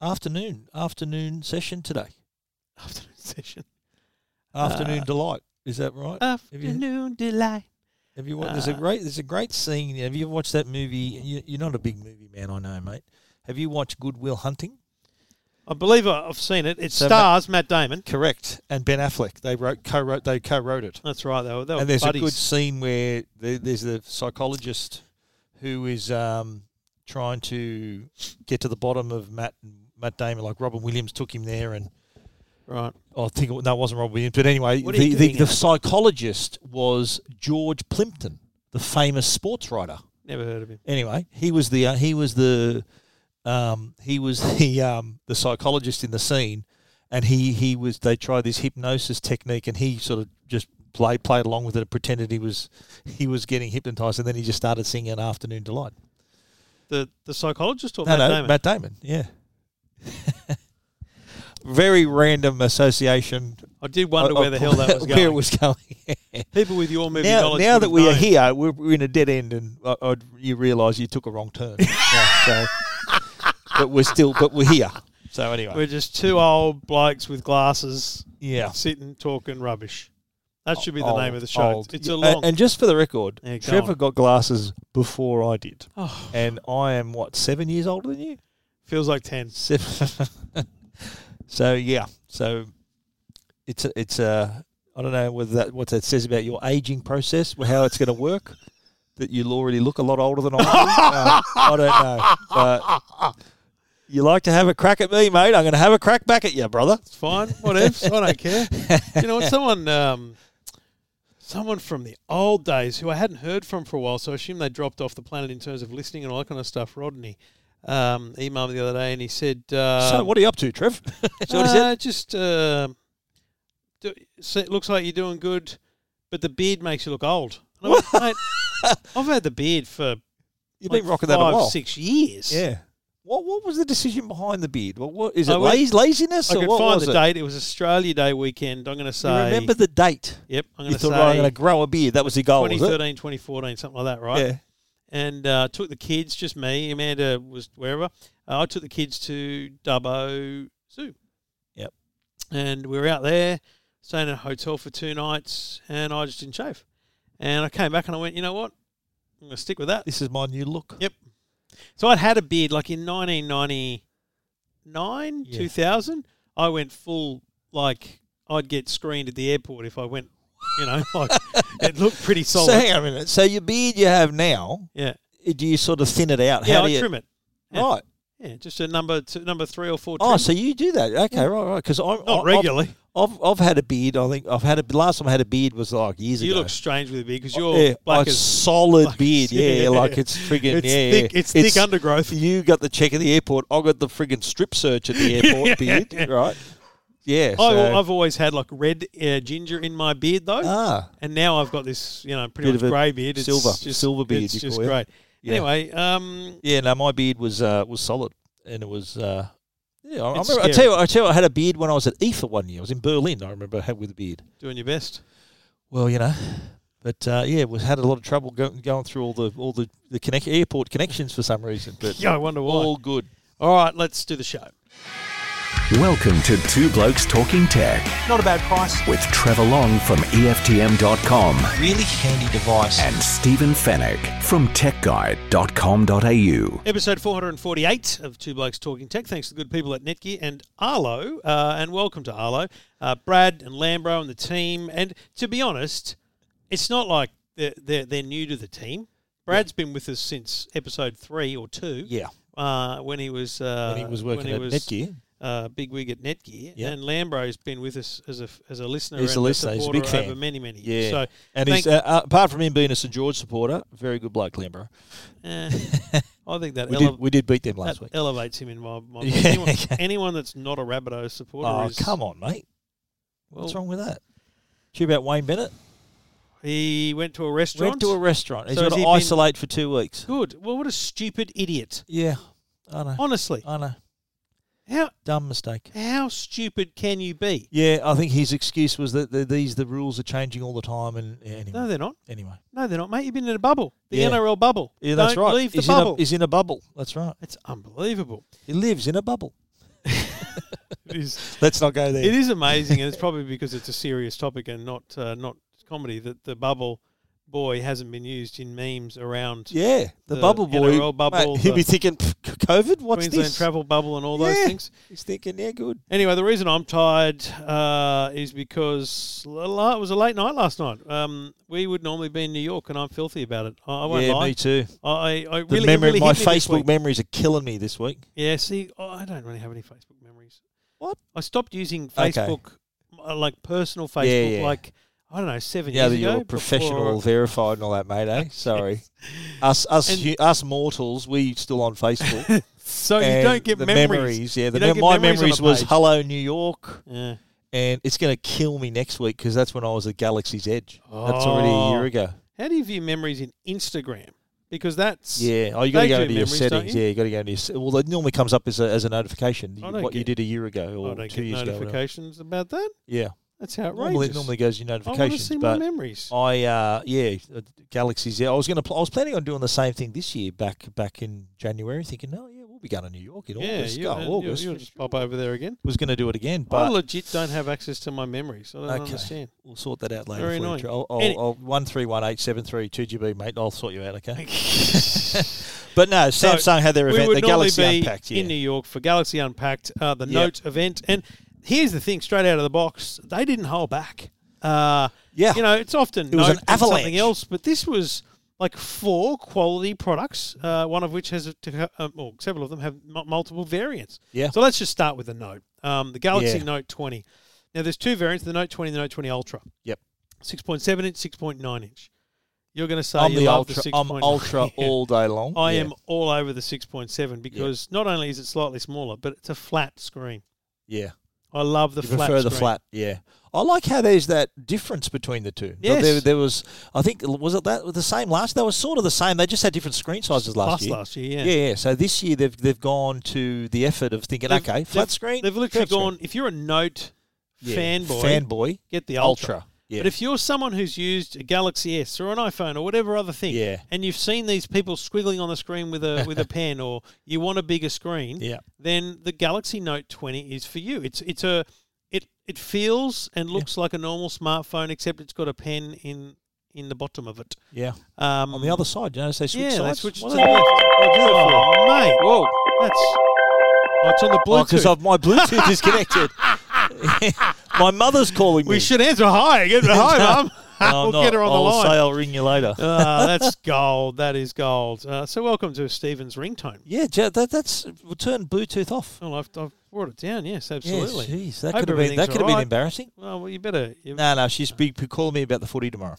afternoon afternoon session today. Afternoon session. Afternoon delight. Is that right? Ah. Afternoon delight. Have you watched? There's a Uh, great. There's a great scene. Have you watched that movie? You, you're not a big movie man, I know, mate. Have you watched Goodwill Hunting? I believe I- I've seen it. It So Ma- stars Matt Damon. Correct. And Ben Affleck. They wrote co-wrote. They co-wrote it. That's right. They were, they were and there's Oh, buddies. a good scene where there, there's the psychologist who is um, trying to get to the bottom of Matt Matt Damon. Like Robin Williams took him there, and right. I think it- no, it wasn't Robin Williams. But anyway, What are the, you the, getting the at? psychologist was George Plimpton, the famous sports writer. Never heard of him. Anyway, he was the uh, he was the um, he was the um, the psychologist in the scene, and he he was they tried this hypnosis technique, and he sort of just played played along with it, and pretended he was he was getting hypnotized, and then he just started singing "Afternoon Delight." The the psychologist or no, Matt no, Damon? Matt Damon, yeah. Very random association. I did wonder of- where the of hell that was Where it going. was going. People with your movie now, knowledge. now would that have we are known. here, we're, we're in a dead end, and I, I, you realise you took a wrong turn. Yeah, so, but we're still, but we're here. So anyway, we're just two old blokes with glasses yeah. sitting talking rubbish. That should be the Old- name of the show. old. It's a And- long. And, just for the record, Yeah, go Trevor on. got glasses before I did, oh, and I am what seven years older than you. feels like ten. Seven. so yeah, so it's a, it's a. I don't know whether that what that says about your aging process, how it's going to work. That you already look a lot older than I do. Uh, I don't know, but you like to have a crack at me, mate. I'm going to have a crack back at you, brother. It's fine. Whatever. I don't care. You know, what? someone, um, someone from the old days who I hadn't heard from for a while, so I assume they dropped off the planet in terms of listening and all that kind of stuff. Rodney um, emailed me the other day and he said, uh, so what are you up to, Trev? Is that what he said? uh, Just uh, do, so it looks like you're doing good, but the beard makes you look old." And I went, "Mate, I've had the beard for You've like been rocking five, that a while. six years. Yeah. What what was the decision behind the beard? What, what is it? I went- laz- laziness I or could what find was the it? date. It was Australia Day weekend. I'm going to You say. remember the date? Yep. I'm going You to thought, right, I'm say. going to grow a beard. That was the goal, Oh, was it? 2013, 2014, something like that, right? Yeah. And uh, took the kids, just me. Amanda was wherever. Uh, I took the kids to Dubbo Zoo. Yep. And we were out there, staying in a hotel for two nights, and I just didn't shave. And I came back and I went, you know what? I'm going to stick with that. This is my new look. Yep. So I'd had a beard like in 1999, Yeah. 2000. I went full, like, I'd get screened at the airport if I went, you know, like, it looked pretty So solid. hang on a minute. So your beard you have now, uh, yeah. do you sort of thin it out? Yeah, How do I you trim it. yeah. right? Yeah, just a number two, number three or four. Oh, trim. so you do that? Okay, right, right. Because I'm not I've- regularly. I've, I've had a beard. I think I've had a last time I had a beard was like years You ago. look strange with a beard because you're Oh, yeah, black like as solid black as- beard. Yeah, yeah. like it's friggin' it's yeah, yeah. thick. It's, thick undergrowth. You got the check at the airport. I got the friggin' strip search at the airport beard, right? Yeah. I, so- have always had like red uh, ginger in my beard though, ah, and now I've got this you know pretty Bit of much a grey beard. It's silver- just, silver beard It's you just call it. great. Yeah. Anyway, um, yeah. No, my beard was uh, was solid, and it was. Uh, yeah, I, I It's remember. I tell scary. you, what- I tell you, what, I had a beard when I was at EFA one year. I was in Berlin. I remember I had with a beard. doing your best. Well, you know, but uh, yeah, we had a lot of trouble go, going through all the all the the connect, airport connections for some reason. But Yeah, I wonder why. all good. All right, let's do the show. Welcome to Two Blokes Talking Tech Not a bad price. with Trevor Long from E EFTM.com Really handy device. and Stephen Fennec from TechGuide.com.au. Episode 448 of Two Blokes Talking Tech. Thanks to the good people at Netgear and Arlo, uh, and welcome to Arlo, uh, Brad and Lambro and the team. And to be honest, it's not like they're, they're, they're new to the team. Brad's been with us since episode three or two. Yeah. Uh, when he was uh, When he was working when he at was, Netgear. uh, big wig at Netgear, Yeah. and Lambro's been with us as a as a listener. He's a and listener. He's a supporter big fan. over many many years. Yeah. So and he's, uh, uh, apart from him being a St George supporter, very good bloke, Lambro. eh, I think that We ele- did we did beat them that last week. elevates him in my mind. Yeah. Anyone, anyone that's not a Rabbitoh supporter Oh is come on, mate! What's Well- wrong with that? Cheer about Wayne Bennett. he went to a restaurant. Went to a restaurant. He's So got has he to been- isolate for two weeks. Good. Well, what a stupid idiot. Yeah, I know. Honestly, I know. how Dumb mistake. how stupid can you be? Yeah, I think his excuse was that the, these the rules are changing all the time, and yeah, anyway, No, they're not. anyway. No, they're not, mate. You've been in a bubble, the Yeah. NRL bubble. Yeah, that's Don't right. Leave the he's bubble. In a, he's in a bubble. That's right. it's unbelievable. He lives in a bubble. it is Let's not go there. it is amazing, and it's probably because it's a serious topic and not uh, not comedy that the bubble boy hasn't been used in memes around Yeah, the, The bubble boy. NRL bubble, mate, he'll be the- thinking "Pff, c- COVID. What's Queensland this? travel bubble and all Yeah. those things. He's thinking, yeah, good. Anyway, the reason I'm tired uh, is because l- la- it was a late night last night. Um, we would normally be in New York, and I'm filthy about it. I, I won't yeah, lie. me too. I, I The really, it memory, really my hit me this Facebook week. memories are killing me this week. Yeah, see, I don't really have any Facebook memories. What? I stopped using Okay. Facebook, uh, like personal Yeah, Facebook, yeah. like I don't know, seven Yeah, that years ago. you're professional, before- verified, and all that, mate. Eh? Sorry, us, us, And- hu- us mortals, we still on Facebook. So you And don't get the memories. Yeah, the You don't mem- get my memories on memories a was page. hello New York, Yeah. and it's going to kill me next week because that's when I was at Galaxy's Edge. That's already a Oh. year ago. How do you view memories in Instagram? Because that's Yeah. Oh, you got to They go do into your memories, don't settings. you? Yeah, you got to go into your. se- Well, it normally comes up as a, as a notification. I you- don't what you get- did a year ago I or don't two get years ago. whatever. notifications about that. Yeah. That's Normally, outrageous. it normally goes to your I want to see notifications, my but memories. I uh yeah, uh, Galaxy's yeah. I was gonna pl- I was planning on doing the same thing this year back back in January, thinking, oh yeah, we'll be going to New York in yeah, August. you, Go, uh, you- August. you'll just pop over there again. was gonna do it again, I but legit don't have access to my memories. I don't Okay. understand. we'll sort that out later. Very for you, annoying. Joe. I'll, I'll, Any- I'll one three one eight seven three two GB mate. I'll sort you out, okay? But no, So, Samsung had their we event, would the normally Galaxy be Unpacked. Yeah, in New York for Galaxy Unpacked, uh, the Yep. Note event. And here's the thing: straight out of the box, they didn't hold back. Uh, yeah. You know, it's often It was Note an and avalanche. something else, but this was like four quality products, uh, one of which has a, to- uh, well, several of them have m- multiple variants. Yeah. So let's just start with the Note, um, the Galaxy Yeah. Note 20. Now, there's two variants: the Note 20 and the Note 20 Ultra. Yep. 6.7 inch, 6.9 inch. You're going to say I'm you the love ultra. The 6.9. I'm ultra Yeah. all day long. I Yeah. am all over the 6.7 because not only is it slightly smaller, but it's a flat screen. Yeah, I love the you flat. prefer the screen. flat. Yeah, I like how there's that difference between the two. Yes. there, there was. I think was it that the same last. They were sort of the same. They just had different screen sizes last Plus year. last year, yeah. yeah. yeah, So this year they've they've gone to the effort of thinking, They've- okay, flat screen. They've literally curved screen. gone. If you're a Note Yeah, fanboy, fanboy, get the ultra. Ultra. Yeah, But if you're someone who's used a Galaxy S or an iPhone or whatever other thing, Yeah. and you've seen these people squiggling on the screen with a with a pen, or you want a bigger screen, yeah, then the Galaxy Note 20 is for you. It's it's a it it feels and looks like a normal smartphone, except it's got a pen in in the bottom of it. yeah. Um, On the other side, you know, they switch yeah, sides. they switched What to are the they- left. Oh, mate, Whoa! that's oh, it's on the Oh, because Bluetooth. my Bluetooth is connected. my mother's calling me. Oh, we should answer hi. Get hi, mum. No, I'm we'll get not. her on I'll the line. say I'll ring you later. Ah, that's gold. That is gold. Uh, so welcome to Stephen's ringtone. Yeah, Ja- that, that's we'll turn Bluetooth off. Well, I've, I've brought it down. Yes, absolutely. Yes, jeez, that Hope could have been that could everything's have all been right. embarrassing. Well, well, you better. You, No, no, she's be calling me about the footy tomorrow.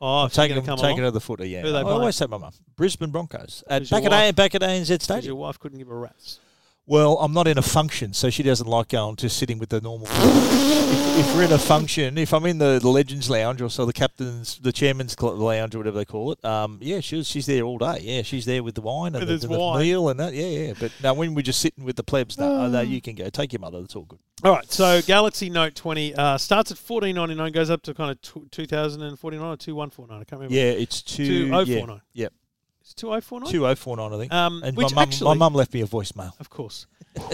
oh, I'm if you're taking going to taking come along, her to the footy. Yeah, Who are they I playing? always say my mum. Brisbane Broncos at Does your back at wife- A back at ANZ 'cause your Stadium. wife couldn't give a rat's. Well, I'm not in a function, so she doesn't like going to sitting with the normal. if, if we're in a function, if I'm in the, the Legends Lounge or so the captain's, the chairman's cl- lounge or whatever they call it, um, yeah, she's she's there all day. Yeah, she's there with the wine and With the, his and the wine. Ah. meal and that. Yeah, yeah. But now when we're just sitting with the plebs, no, oh, no, you can go. Take your mother. That's all good. All right, so Galaxy Note 20 uh, starts at 1499, goes up to kind of tw 2049 or 2149. I can't remember. Yeah, it's two. 2049. Yeah, It's 2049? two oh four nine. I think. Um, and which my mum, actually, my mum left me a voicemail. of course,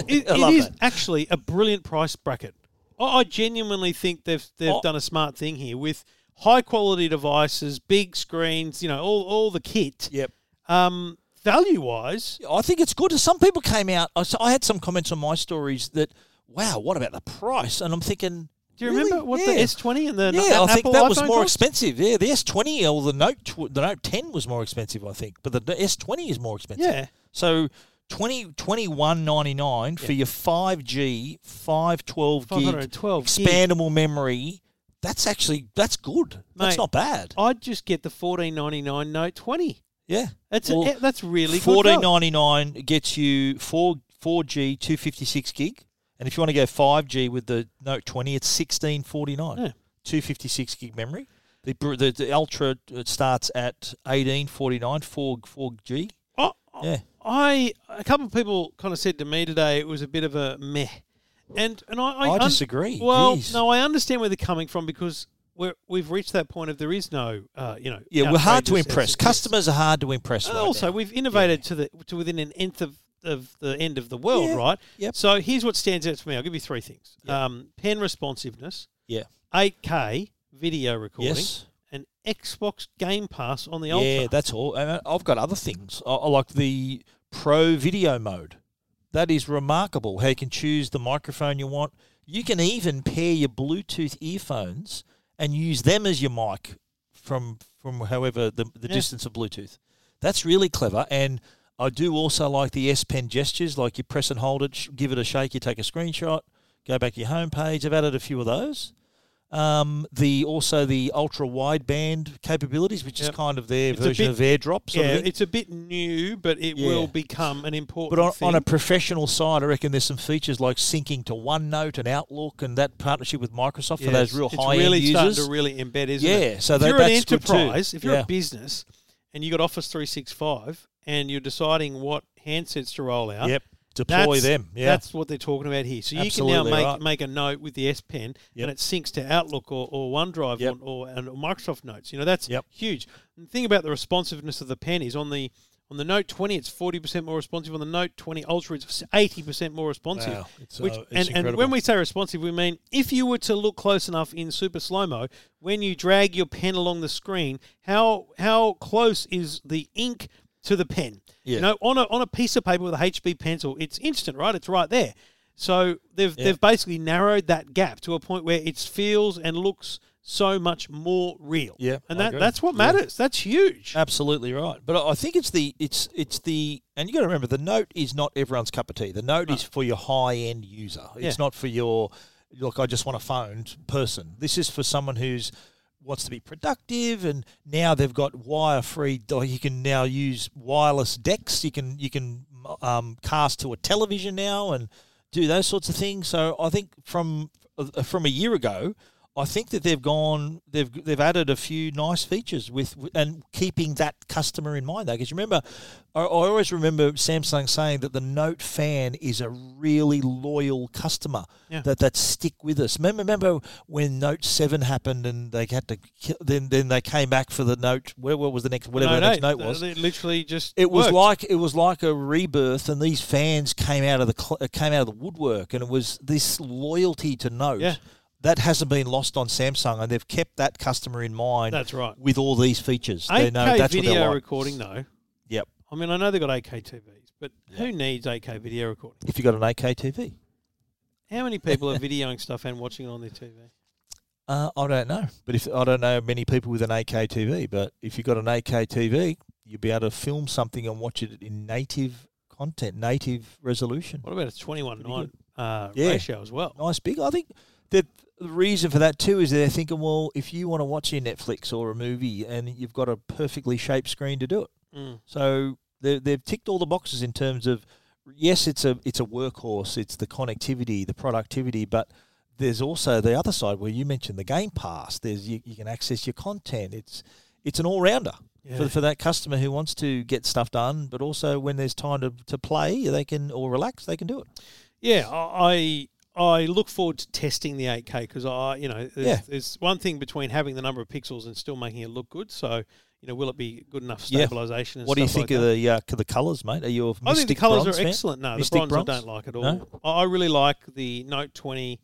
it, I it love is that. actually a brilliant price bracket. I, I genuinely think they've they've Oh. done a smart thing here with high quality devices, big screens, you know, all, all the kit. Yep. Um, value wise, I think it's good. Some people came out. I s- I had some comments on my stories that, wow, what about the price? And I'm thinking, do you really? remember what Yeah. the S20 and the yeah, Apple I think that was iPhone more cost? expensive. Yeah, the S20 or the Note, tw- the Note 10 was more expensive, I think, but the the S20 is more expensive. Yeah. So. 20, 21.99 for your 5G, 512 gig 512 gig. expandable memory. That's actually that's good. that's Mate, not bad. I'd just get the 1499 Note 20. yeah. That's Well, a, that's really Fourteen good. value. ninety nine gets you four four G two fifty six gig, and if you want to go five G with the Note twenty, it's sixteen forty nine. Yeah. Two fifty six gig memory. The, br- the the Ultra it starts at eighteen forty nine four four G. I, Yeah. I a couple of people kind of said to me today it was a bit of a meh, and and I I, I un- disagree. well, Jeez. no, I understand where they're coming from because we're we've reached that point of there is no uh, you know Yeah, we're hard to outrageous impress. SSDs. Customers are hard to impress. And right Oh, also, now. we've innovated to the to within an nth of of the end of the world, Yeah, right? yep. So here's what stands out to me. I'll give you three things: um, pen responsiveness, Yeah. 8K video recording, Yes. and Xbox Game Pass on the Yeah, Ultra. that's all. And uh, I've got other things. I, I like the pro video mode. That is remarkable how you can choose the microphone you want. You can even pair your Bluetooth earphones and use them as your mic from from however the, the Yeah. distance of Bluetooth. That's really clever. And I do also like the S Pen gestures, like you press and hold it, sh- give it a shake, you take a screenshot, go back to your home page. I've added a few of those. Um, the also the ultra wideband capabilities, which Yep. is kind of their It's a version bit- of AirDrop. Sort yeah, of thing. it's a bit new, but it Yeah. will become an important But on, thing. on a professional side, I reckon there's some features like syncing to OneNote and Outlook, and that partnership with Microsoft for Yeah, those real it's high really end starting users. to really embed, isn't yeah, it? so if that, you're an that's good too. enterprise, if you're Yeah. a business and you got Office 365 and you're deciding what handsets to roll out, yep, that's, deploy them. Yeah, that's what they're talking about here. So you can now Absolutely make, right. make a note with the S Pen Yep. and it syncs to Outlook or, or OneDrive Yep. or, or and Microsoft Notes. You know, that's Yep. huge. And the thing about the responsiveness of the pen is on the on the Note 20, it's 40% more responsive. On the Note 20 Ultra, it's 80% more responsive. Wow, it's, Which, uh, it's and, and incredible. when we say responsive, we mean if you were to look close enough in super slow mo, when you drag your pen along the screen, how how close is the ink to the pen? Yeah. You know, on a on a piece of paper with a HB pencil, it's instant, right? It's right there. So they've they've basically narrowed that gap to a point where it feels and looks so much more real. Yeah, Uh, and I that agree. that's what matters. That's huge. Absolutely right. But I- I think it's the it's it's the and you got to remember the note is not everyone's cup of tea. The note is for your high end user. It's Yeah. not for your look. I just want a phone person. This is for someone who's wants to be productive and now they've got wire free like you can now use wireless decks you can you can um, cast to a television now and do those sorts of things so i think from uh, from a year ago i think that they've gone they've they've added a few nice features with and keeping that customer in mind though because remember I, I always remember samsung saying that the note fan is a really loyal customer Yeah. that that stick with us. Remember, remember when Note Seven happened and they had to kill, then then they came back for the Note. Where, what was the next whatever the next no, note was? it literally just it was worked. like it was like a rebirth, and these fans came out of the cl- uh, came out of the woodwork, and it was this loyalty to Note Yeah. that hasn't been lost on Samsung, and they've kept that customer in mind. That's right. With all these features, they 8K know that's what video they're like. recording though. Yep. I mean, I know they've got 8K TVs, but who needs 8K video recording? If you got an AK TV, How many people are videoing stuff and watching it on their TV? Uh, I don't know, but if I don't know many people with an AK TV, but if you've got an AK TV, you'll be able to film something and watch it in native content, native resolution. What about a 21 9 uh, Yeah. ratio as well? Nice big. I think that the reason for that too is they're thinking, well, if you want to watch your Netflix or a movie, and you've got a perfectly shaped screen to do it, Mm. so they they've ticked all the boxes in terms of yes, it's a it's a workhorse, it's the connectivity, the productivity, but there's also the other side where you mentioned the Game Pass. There's you, you can access your content. It's it's an all rounder Yeah. for, for that customer who wants to get stuff done, but also when there's time to, to play, they can or relax, they can do it. Yeah, I I look forward to testing the 8K because I, you know, there's, Yeah. there's one thing between having the number of pixels and still making it look good. So, you know, will it be good enough Yeah. stabilization? And what do you stuff think like of that? the uh, c- the colours, mate? Are you a I think the Mystic colours Bronze are fan? excellent. No, Mystic the bronze, I Bronze? don't like at all. No? I I really like the Note 20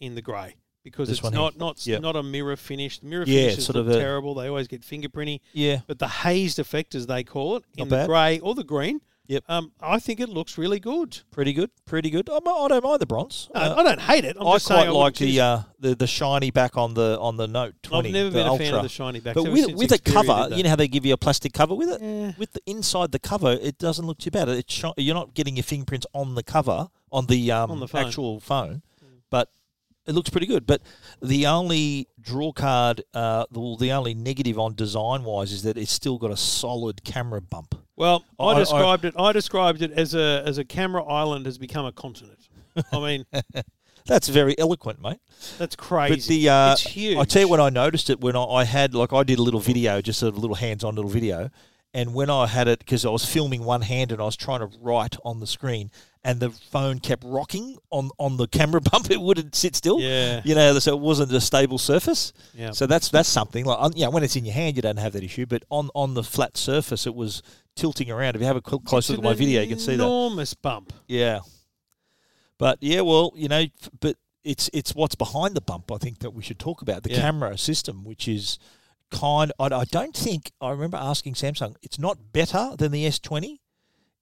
in the grey because This it's one here. not not Yep. not a mirror finish. The mirror Yeah, finishes sort look of a- terrible. They always get fingerprinty. Yeah, But the hazed effect, as they call it, in Not the bad. grey or the green, Yep. um, I think it looks really good. pretty good, pretty good. I'm, I don't mind the bronze. No, Uh, I don't hate it. I'm i just saying quite I like wouldn't choose the, uh, the the shiny back on the on the Note I've twenty. never the been a Ultra. fan of the shiny back. but ever with since with a Xperia did cover, that. you know how they give you a plastic cover with it. Yeah. With the inside the cover, it doesn't look too bad. It's shi- you're not getting your fingerprints on the cover on the um On the phone. Mm. actual phone, but it looks pretty good. But the only draw card, uh, the, the only negative on design wise is that it's still got a solid camera bump. well, I, I- I- described it. I described it as a as a camera island has become a continent. I mean, That's very eloquent, mate. that's But crazy. the uh, it's huge. I tell you when I noticed it when I, I had like I did a little video, just a little hands-on little video, and when I had it because I was filming one hand and I was trying to write on the screen, and the phone kept rocking on on the camera bump. It wouldn't sit still. Yeah. you know, so it wasn't a stable surface. Yeah. So that's that's something like um, yeah, when it's in your hand, you don't have that issue, but on on the flat surface, it was tilting around. If you have a cl- close It's look at an my video, you can see that. Enormous bump. Yeah. But yeah, well, you know, f- but it's it's what's behind the bump. I think that we should talk about the Yeah. camera system, which is kind. I, I don't think I remember asking Samsung. It's not better than the S20.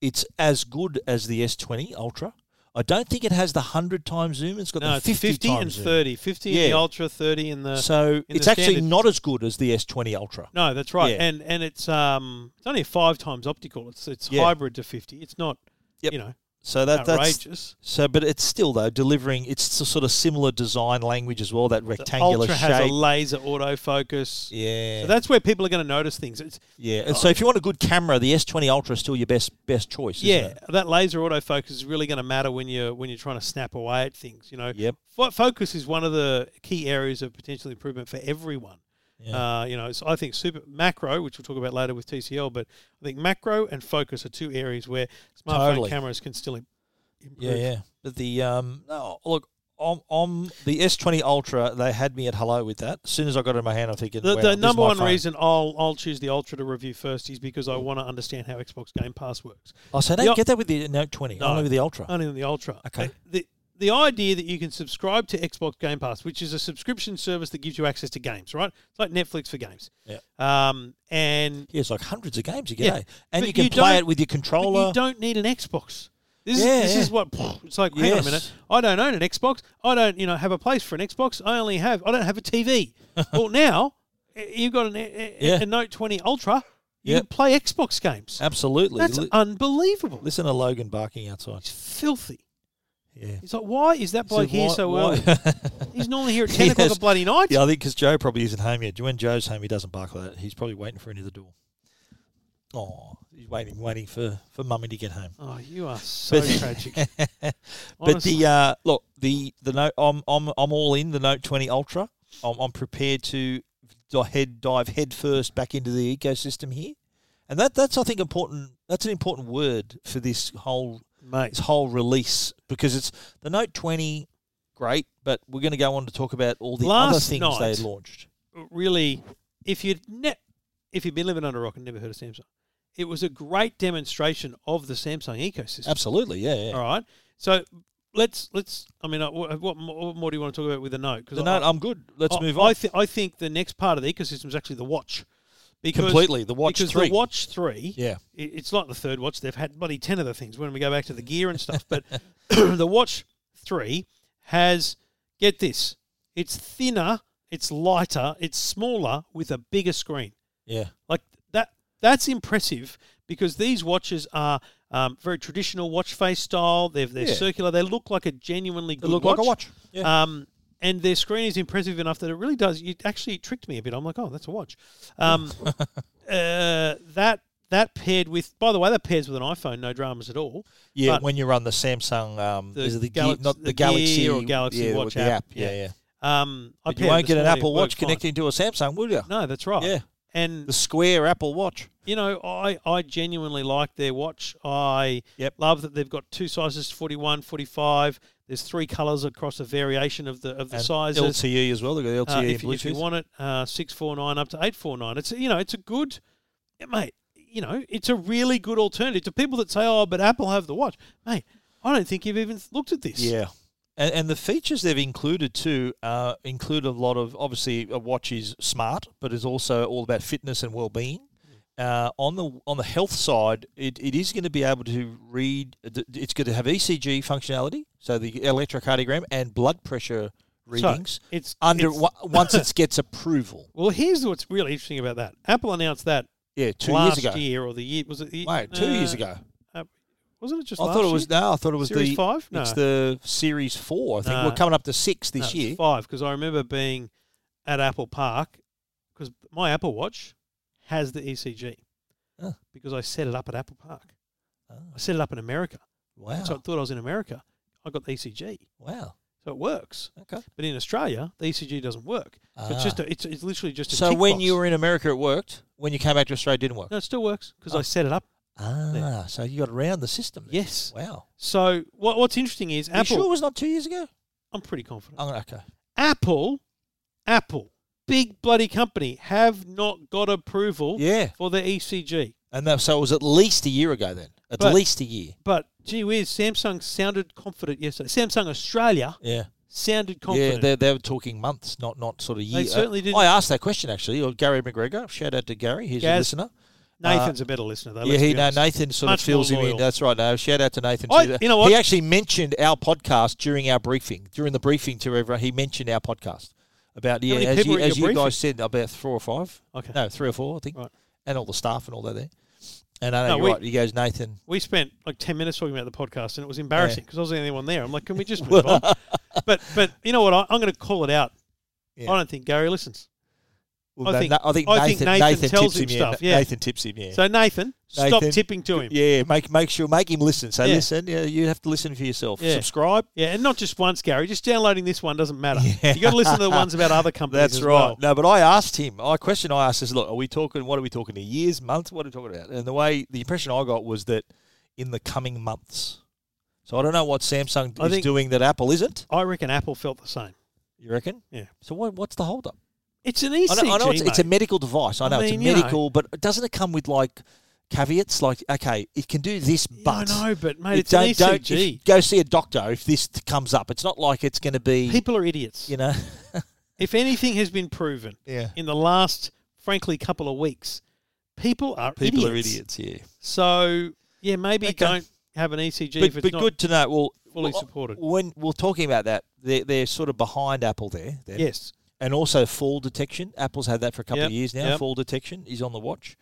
It's as good as the S20 Ultra. I don't think it has the hundred times zoom. It's got No, the it's fifty, 50, and times zoom. 30. 50 in Yeah. the Ultra, 30 in the. So in it's the actually standard- not as good as the S20 Ultra. no, that's right. Yeah. And and it's um it's only a five times optical. It's it's Yeah. hybrid to 50. It's not, Yep. you know, So that that's outrageous. so, but it's still though delivering. It's a sort of similar design language as well. That The rectangular Ultra shape. has a laser autofocus. yeah. So that's where people are going to notice things. It's, Yeah, Oh. and so if you want a good camera, the S20 Ultra is still your best best choice. Isn't yeah, it? that laser autofocus is really going to matter when you're when you're trying to snap away at things. You know, Yep. Fo- focus is one of the key areas of potential improvement for everyone. Yeah. Uh, you know, so I think super macro, which we'll talk about later with TCL, but I think macro and focus are two areas where smartphone Totally. cameras can still im- improve. yeah, yeah. But the um, no, look, on on the S20 Ultra, they had me at hello with that. As soon as I got it in my hand, I'm thinking The, wow, the this is number my one phone. Mm. reason I'll I'll choose the Ultra to review first is because I want to understand how Xbox Game Pass works. I said, I the- don't get that with the Note 20. No. Only with the Ultra. Only on the Ultra. Okay. And The, the idea that you can subscribe to Xbox Game Pass, which is a subscription service that gives you access to games, right? It's like Netflix for games. Yeah. Um, and Yeah, it's like hundreds of games you get, Yeah. eh? and But you can you play don't- it with your but controller. you don't need an Xbox. This Yeah, is this yeah. is what it's like. Hang on a Yes. minute. I don't own an Xbox. I don't you know have a place for an Xbox. I only have I don't have a TV. well, now eh, you've got an, eh, eh, Yeah. a Note 20 Ultra. You Yep. can play Xbox games. Absolutely. That's Li- unbelievable. Listen to Logan barking outside. It's filthy. Yeah. He's like, why is that bloke here so early? well. He's normally here at 10 o'clock Yes. a bloody night. Yeah, I think because Joe probably isn't home yet. When Joe's home, he doesn't bark like that. He's probably waiting for any of the door. Oh, he's waiting, waiting for for mummy to get home. Oh, you are so But- tragic. But Honestly. the uh, look, the the note, I'm I'm I'm all in the Note 20 Ultra. I'm, I'm prepared to di- head dive head first back into the ecosystem here, and that that's I think important. That's an important word for this whole mate, its whole release because it's the Note 20, great, but we're going to go on to talk about all the other Last things night- they launched. really, if you'd ne- if you've been living under a rock and never heard of Samsung, it was a great demonstration of the Samsung ecosystem. Absolutely, yeah, yeah. All right, so let's let's. I mean, uh, what, what mo- what more do you want to talk about with the note? Because The Note, I'm good. Let's I, oh, move I, on. thi- I think the next part of the ecosystem is actually the watch. Because, Completely, the Watch because 3. the watch three, Yeah. i- it's like the third watch. They've had bloody ten of the things when we go back to the gear and stuff. But the watch three has get this: it's thinner, it's lighter, it's smaller with a bigger screen. Yeah. Like that. That's impressive because these watches are um, very traditional watch face style. They're, they're Yeah. circular. They look like a genuinely good It looked watch. like a watch. Uh, Yeah. Um, and their screen is impressive enough that it really does. It actually tricked me a bit. I'm like, oh, that's a watch. Um, uh, that that paired with, by the way, that pairs with an iPhone. No dramas at all. yeah, but- when you run the Samsung, um, The is it the, Gear- Galax- not the the, Galaxy Gear or Galaxy yeah, Watch with the app, app. Yeah, yeah. yeah. Um, I But you paired won't this get an morning, Apple it Watch worked fine. connecting to a Samsung, will you? No, that's right. Yeah. And The Square Apple Watch. you know, I, I genuinely like their watch. I Yep. love that they've got two sizes 41, 45. There's three colors across a variation of the of the And sizes. LTE as well. They got LTE Uh, and if, you- if E, Bluetooth. you want it, uh, six four nine up to eight four nine. It's you know it's a good, yeah, mate. You know it's a really good alternative to people that say, oh, but Apple have the watch, mate. I don't think you've even looked at this. Yeah. And, and the features they've included too uh, include a lot of obviously a watch is smart, but it's also all about fitness and well-being. Mm. Uh, on the on the health side, it, it is going to be able to read. It's going to have ECG functionality, so the electrocardiogram and blood pressure So readings it's under it's- wa- once it gets approval. well, here's what's really interesting about that. Apple announced that Yeah, two last years ago. year or the year was it? The, Wait, two years uh, ago. Wasn't it just? I last thought it year? was no. I thought it was Series the five? No. It's the series four. I think No. we're coming up to six No, this it's year. five because I remember being at Apple Park because my Apple Watch has the ECG Oh. because I set it up at Apple Park. Oh, I set it up in America. wow! So I thought I was in America. I got the ECG, wow. so it works. Okay. But in Australia, the ECG doesn't work. So it's just Ah. a, it's, it's literally just a So tick when box. you were in America, it worked. When you came back to Australia, it didn't work. no, it still works because Oh. I set it up. Ah, so you got around the system. then. Yes. Wow. So what, what's interesting is Are you Apple. sure it was not two years ago? I'm pretty confident. Oh, okay. Apple, Apple, big bloody company have not got approval Yeah. for the E ECG. And that, so it was at least a year ago then. At But- least a year. But gee whiz, Samsung sounded confident yesterday. Samsung Australia Yeah. sounded Yeah, confident. they, they were talking months, not not sort of years. certainly didn't- I asked that question actually. Or Gary McGregor. Shout out to Gary. He's Gaz- a listener. Nathan's a better listener though. uh, yeah, let's he be no, honest. Nathan sort Much of fills more him in. loyal. That's right. No, shout out to Nathan. I- too. you know what? He actually mentioned our podcast during our briefing. During the briefing to everyone, he mentioned our podcast about yeah, many as people you, were at as your you guys said, about four or five. Okay. No, three or four, I think, Right. and all the staff and all that there. And I know No, you're we- right. He goes, Nathan. We spent like ten minutes talking about the podcast, and it was embarrassing because I was the only one there. I'm like, can we just move on? But but you know what? I, I'm going to call it out. Yeah. I don't think Gary listens. Well, I no, think- no, I think I Nathan, think Nathan Nathan, tells tips him him, yeah. stuff, yeah. Nathan tips him. Yeah. So Nathan, stop Nathan- tipping to him. Yeah. yeah, make make sure make him listen. So Yeah. listen, yeah, you have to listen for yourself. Yeah. Subscribe. and not just once, Gary. Just downloading this one doesn't matter. You got to listen to the ones about other companies. That's as right. well. No, but I asked him. I question I asked is, look, are we talking? What are we talking? To years, months? What are we talking about? And the way the impression I got was that in the coming months. So I don't know what Samsung I is think- doing that Apple isn't. I reckon Apple felt the same. You reckon? Yeah. So what, what's the holdup? It's an I ECG. know, I know it's, it's a mate. medical device. I I know mean, it's you a know. medical, but doesn't it come with like caveats? Like, okay, it can do this, Yeah, but I know, but mate, it it's an E don't- ECG. don't- if- go see a doctor if this t- comes up. It's not like it's going to be, People are idiots. you know. If anything has been proven Yeah. in the last, frankly, couple of weeks, people are People idiots. are idiots. Yeah. So yeah, maybe Okay. don't have an ECG if But, but it's not good to know. Well, fully well, oh, supported. when we're talking about that, they're, they're sort of behind Apple there. then. Yes, And also fall detection. Apple's had that for a couple Yep, of years now. yep. Fall detection is on the watch.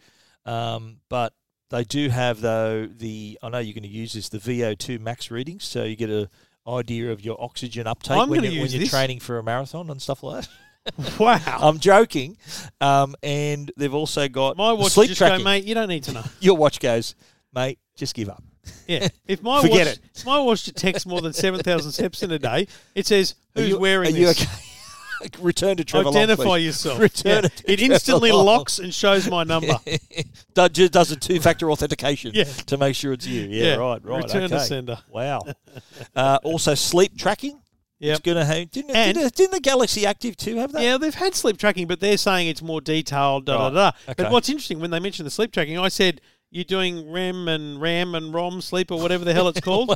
Um, but they do have, though, the, I know you're going to use this, the VO2 max readings. So you get a idea of your oxygen uptake I'm when, gonna you're, when use you're this. training for a marathon and stuff like that. wow. I'm joking. Um, and they've also got My the watch sleep just tracking. go, mate. You don't need to know. Your watch goes, mate, just give up. Yeah, if my Forget watch, it. if my watch detects more than seven thousand steps in a day, it says Are who's you- wearing are you this. okay? Return to Trevor Long, Identify please. yourself. Return Yeah. it to It instantly Trevor Long. locks and shows my number. Yeah, Does- just does a two-factor authentication Yeah. to make sure it's you. Yeah, right, right. Return okay. to sender. Wow. Uh, also, sleep tracking. It's Yep. going to have. Didn't, And- didn't, didn't the Galaxy Active 2 have that? Yeah, they've had sleep tracking, but they're saying it's more detailed. Da da Right. da. But Okay. what's interesting when they mentioned the sleep tracking, I said you're doing REM and RAM and ROM sleep or whatever the hell it's called,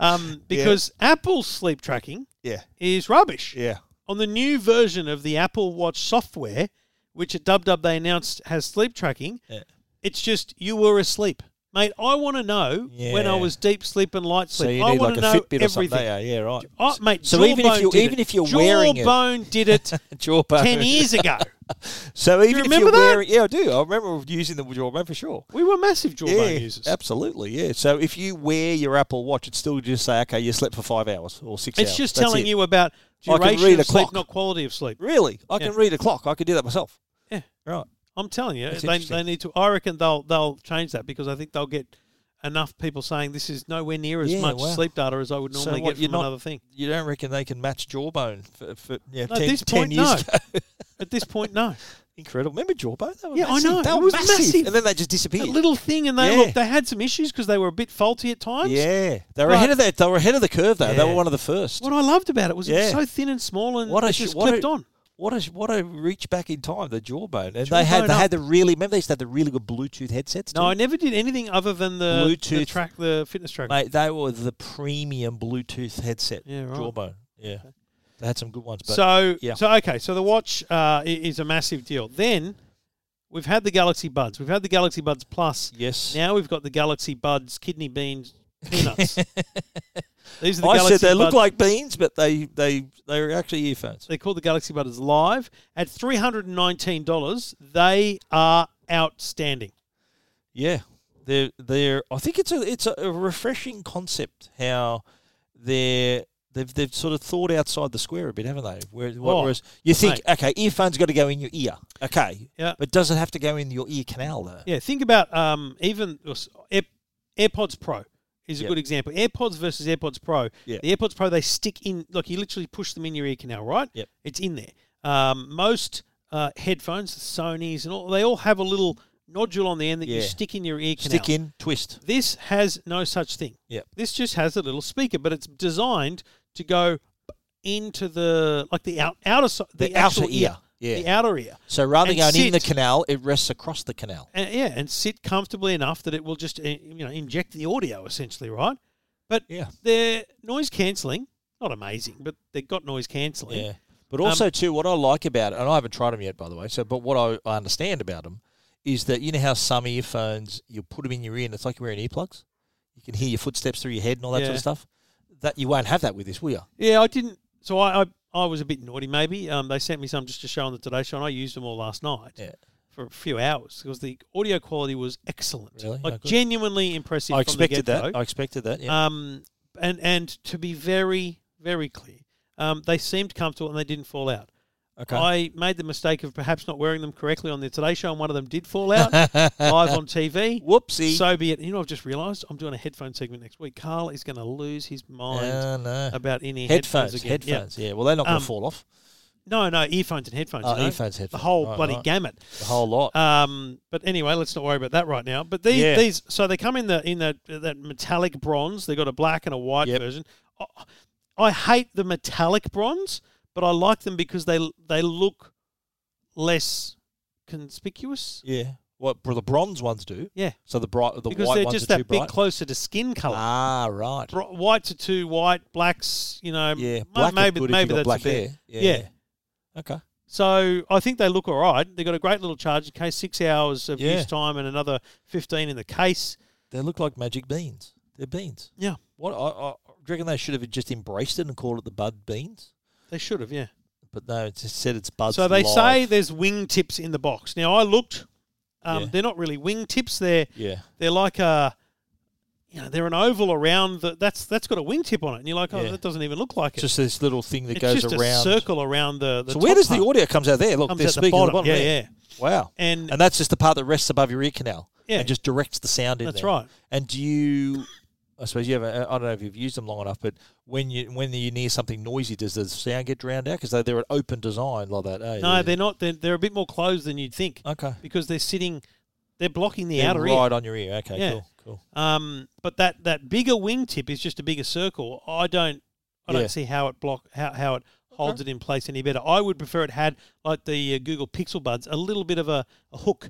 um, because Apple's sleep tracking Yeah. is rubbish. Yeah. On the new version of the Apple Watch software, which at Dub Dub they announced has sleep tracking, Yeah. it's just you were asleep. Mate, I want to know when I Yeah. was deep sleep and light So sleep. you I need want like to a know Fitbit or something. everything. Yeah, yeah, right. Oh, mate, so even if Jawbone you did even it. if you're wearing it, Jawbone did it jawbone. 10 years ago. So even if remember you're that? wearing, yeah, I do. I remember using the jawbone for sure. We were massive jawbone yeah, users. Absolutely, yeah. So if you wear your Apple Watch, it's still just say, okay, you slept for five hours or six hours. It's just That's telling it. you about I can duration read of a sleep, clock. not quality of sleep. Really? I can Yeah. read a clock. I could do that myself. Yeah. Right. I'm telling you, That's they, interesting. they need to. I reckon they'll they'll change that because I think they'll get enough people saying this is nowhere near as Yeah, much wow. sleep data as I would So normally what, get you're from not- another thing. You don't reckon they can match Jawbone for, for yeah, No, at 10, this 10 point, years no. ago? At this point, no. Incredible. Remember Jawbone? They were Yeah, I massive. know. They It were was massive. massive. And then they just disappeared. That little thing, and they Yeah. look, they had some issues because they were a bit faulty at times. yeah. They were But- ahead of that. They were ahead of the curve, though. They Yeah. were one of the first. What I loved about it was it was Yeah. so thin and small, and What it a sh- just what a- clipped on. What a what a reach back in time, the jawbone, and they had Jawbone they up. had the really remember they used to have the really good Bluetooth headsets. No, too? I never did anything other than the, the Bluetooth. track, the fitness track. Mate, they were the premium Bluetooth headset. Yeah, right. Jawbone. Yeah. They had some good ones, but so, yeah. so okay, so the watch uh, i- is a massive deal. Then we've had the Galaxy Buds, we've had the Galaxy Buds Plus. yes. Now we've got the Galaxy Buds kidney beans peanuts. These are the I Galaxy said they look Buds- like beans, but they they they were actually earphones. they're called the Galaxy Buds Live at three hundred and nineteen dollars. They are outstanding. Yeah. They're they're I think it's a it's a refreshing concept how they're they've they've sort of thought outside the square a bit, haven't they? Where, Oh, whereas you think, okay, earphones got to go in your ear. Okay. Yeah. But does it have to go in your ear canal though? Yeah, think about um, even Air, AirPods Pro is a Yeah. good example. AirPods versus AirPods Pro. Yeah. The AirPods Pro they stick in like you literally push them in your ear canal, right? Yep. It's in there. Um, most uh, headphones, Sony's and all, they all have a little nodule on the end that you Yeah. stick in your ear canal. Stick in, twist. This has no such thing. Yep. This just has a little speaker, but it's designed to go into the like the out, outer si- the, The actual outer ear. Yeah. the outer ear. So rather than And going in the sit. canal, it rests across the canal. and, yeah, and sit comfortably enough that it will just eh, you know inject the audio essentially, right? But Yeah. they're noise cancelling, not amazing, but they've got noise cancelling. Yeah. But Um, also too, what I like about it, and I haven't tried them yet, by the way. So, but what I, I understand about them is that you know how some earphones you put them in your ear, and it's like you're wearing earplugs. You can hear your footsteps through your head and all that sort Yeah. of stuff. That you won't have that with this, will you? Yeah, I didn't. So I, I I was a bit naughty maybe. Um, they sent me some just to show on the Today Show, and I used them all last night. Yeah. For a few hours, because the audio quality was excellent, Really? Oh, like good. genuinely impressive. I from the expected that. get-go. I expected that. Yeah. Um, and and to be very very clear, um, they seemed comfortable and they didn't fall out. okay. I made the mistake of perhaps not wearing them correctly on the Today Show, and one of them did fall out live on TV. Whoopsie. So be it. You know, I've just realised I'm doing a headphone segment next week. Carl is going to lose his mind Oh, no. about any Headphones. headphones. Headphones. again. Yeah. Yeah. Well, they're not going Um, to fall off. No, no, earphones and headphones. Oh, you know? earphones, The headphones. whole Right, bloody right. gamut. The whole lot. Um, but anyway, let's not worry about that right now. But these, Yeah. these so they come in the in the that metallic bronze. They've got a black and a white Yep. version. I, I hate the metallic bronze, but I like them because they they look less conspicuous. yeah. What well, the bronze ones do. Yeah, So the bright, the because white they're ones just are too that bit bright. closer to skin color. ah, right. Bro- whites are too white. Blacks, you know, Yeah. m- Black maybe maybe good maybe if you've got that's black a bit. hair. Yeah. Okay. So I think they look all right. They've got a great little charge case, six hours of Yeah. use time, and another fifteen in the case. They look like magic beans. They're beans. Yeah, What I, I I reckon they should have just embraced it and called it the bud beans, they should have. Yeah. but no, it just said it's buds. So they live. say there's wingtips in the box. Now I looked. Um, Yeah. They're not really wingtips. They're yeah, they're like a, you know, they're an oval around the, that's that's got a wingtip on it, and you're like, oh, Yeah. that doesn't even look like it. it's just this little thing that it's goes just around. a circle around the. the so where top does the part. audio comes out there? Look, Comes they're out the speaking bottom. at the bottom. Yeah, there. yeah. Wow. And- that's just the part that rests above your ear canal. Yeah. And just directs the sound in That's there. right. And do you? I suppose you have. I don't know if you've used them long enough, but when you when you're near something noisy, does the sound get drowned out? Because they, they're an open design like that. eh? No, they're not. They're, they're a bit more closed than you'd think okay. because they're sitting, they're blocking the They're outer ear. right on your ear. Okay, Yeah. cool, cool. Um, but that that bigger wingtip is just a bigger circle. I don't I Yeah. don't see how it block how, how it holds it in place any better. I would prefer it had like the uh, Google Pixel Buds, a little bit of a, a hook.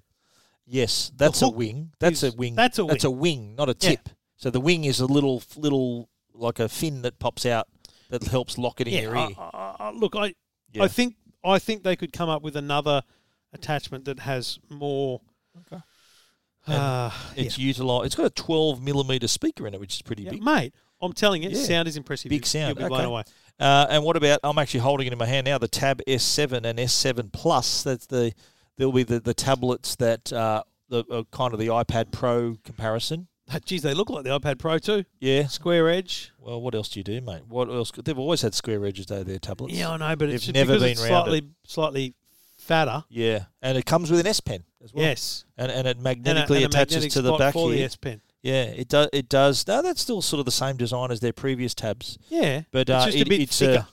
Yes, that's a hook wing. That's a is- wing. that's a That's a wing, not a Yeah. tip. So the wing is a little, little like a fin that pops out that helps lock it in your ear. I, I, I, look, I Yeah. I think I think they could come up with another attachment that has more. Okay. Uh, it's utili It's got a 12 millimeter speaker in it, which is pretty yeah. big. mate, I'm telling you, Yeah. sound is impressive. Big You- sound. You'll be blown Okay. away. Uh, and what about? I'm actually holding it in my hand now. The Tab S7 and S7 Plus. That's the. There'll be the, the tablets that uh, the uh, kind of the iPad Pro comparison. Uh, Geez, they look like the iPad Pro too. Yeah. Square edge. Well, what else do you do, mate? What else? could- They've always had square edges though. Their tablets. Yeah, I know, but They've it's just never because been it's rounded. slightly slightly fatter. Yeah. And it comes with an S Pen as well. Yes. and, and it And a- magnetically and a attaches magnetic to the spot back for here. the S Pen. Yeah, it does. It does. No, that's still sort of the same design as their previous tabs, Yeah. but uh, it's just it- a bit it's thicker. a,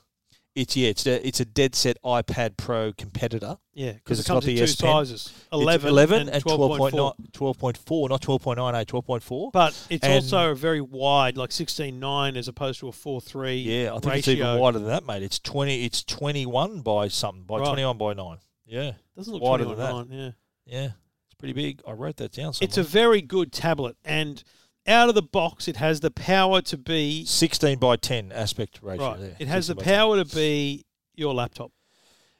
it's yeah, it's a, it's a dead set iPad Pro competitor. yeah, 'cause because it it's got comes in the two S Pen. sizes. It's 11, 11 and and 12.4. 12.9, 12.4, not 12.98, 12.4. But it's And- also very wide, like 16.9 as opposed to a 4.3 yeah, I think ratio. it's even wider than that, mate. It's twenty. It's twenty-one by something by Right. twenty-one by nine. Yeah, Doesn't look wider wider than yeah. yeah, it's pretty big. I wrote that down. Somewhere. It's a very good tablet. And out of the box, it has the power to be. sixteen by ten aspect ratio. right. there, It has the 16 by 10. power to be your laptop.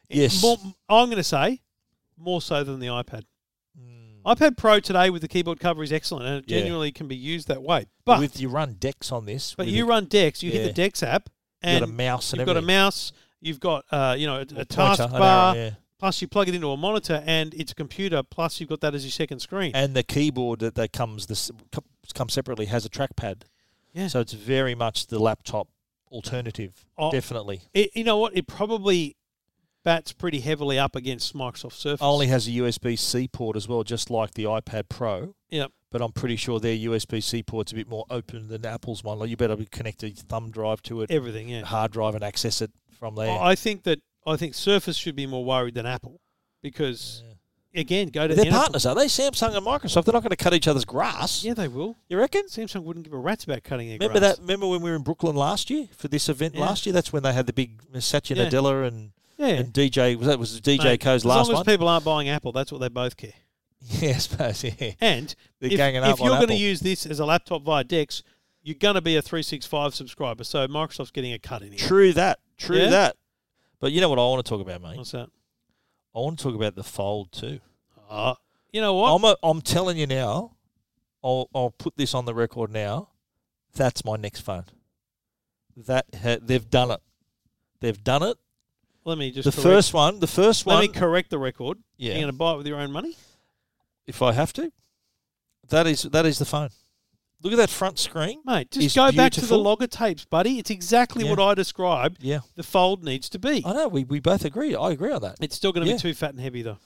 It- Yes. More, I'm going to say more so than the iPad. Mm. iPad Pro today with the keyboard cover is excellent, and it Yeah. genuinely can be used that way. But with you run decks on this, but with you a- run Dex, you hit Yeah. the Dex app, you and got a mouse and you've got a everything. mouse, you've got uh, you know a, a Or taskbar, pointer, an arrow, yeah. plus you plug it into a monitor, and it's a computer, plus you've got that as your second screen. and the keyboard that, that comes this comes separately has a trackpad. Yeah. So it's very much the laptop alternative, Oh. definitely. It, you know what? It probably bats pretty heavily up against Microsoft Surface. Only has a USB C port as well, just like the iPad Pro. yeah, But I'm pretty sure their USB C port's a bit more open than Apple's one. Like you better connect a thumb drive to it, everything. Yeah, Oh, hard drive, and access it from there. I I think that I think Surface should be more worried than Apple because again, go But to they're enterprise- partners, are they? Samsung and Microsoft. They're not going to cut each other's grass. Yeah, they will. You reckon? Samsung wouldn't give a rat's about cutting their Remember grass. that? Remember when we were in Brooklyn last year for this event Yeah. last year? That's when they had the big uh, Satya Yeah. Nadella and Yeah. And DJ was that was DJ Mate, Co's as last long as one. people aren't buying Apple, that's what they both care. yeah, I suppose. Yeah, And They're if, ganging up if you're on going to Apple. use this as a laptop via Dex, you're going to be a 365 subscriber. So Microsoft's getting a cut in here. true that. True Yeah? that. But you know what I want to talk about, mate? What's that? I want to talk about the fold too. Ah, you know what? I'm a, I'm telling you now. I'll I'll put this on the record now. That's my next phone. That ha- they've done it. They've done it. let me just The correct- first one. The first Let one. me correct the record. yeah. You're going to buy it with your own money. if I have to. That is that is the phone. Look at that front screen. Mate, just It's go back to the beautiful. logger tapes, buddy. It's exactly Yeah. what I described Yeah, the fold needs to be. I know. We, we both agree. I agree on that. It's still going to Yeah. be too fat and heavy, though.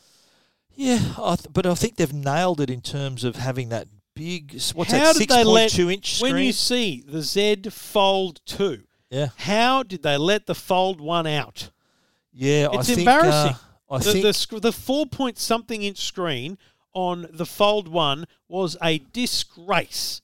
Yeah, I th- but I think they've nailed it in terms of having that big. s- What's How that? did Six they let- point two inch screen. When you see the Z Fold 2, yeah, how did they let the Fold 1 out? yeah. I It's think, uh, embarrassing. I the, think the, sc- the four point something inch screen on the Fold 1 was a disgrace.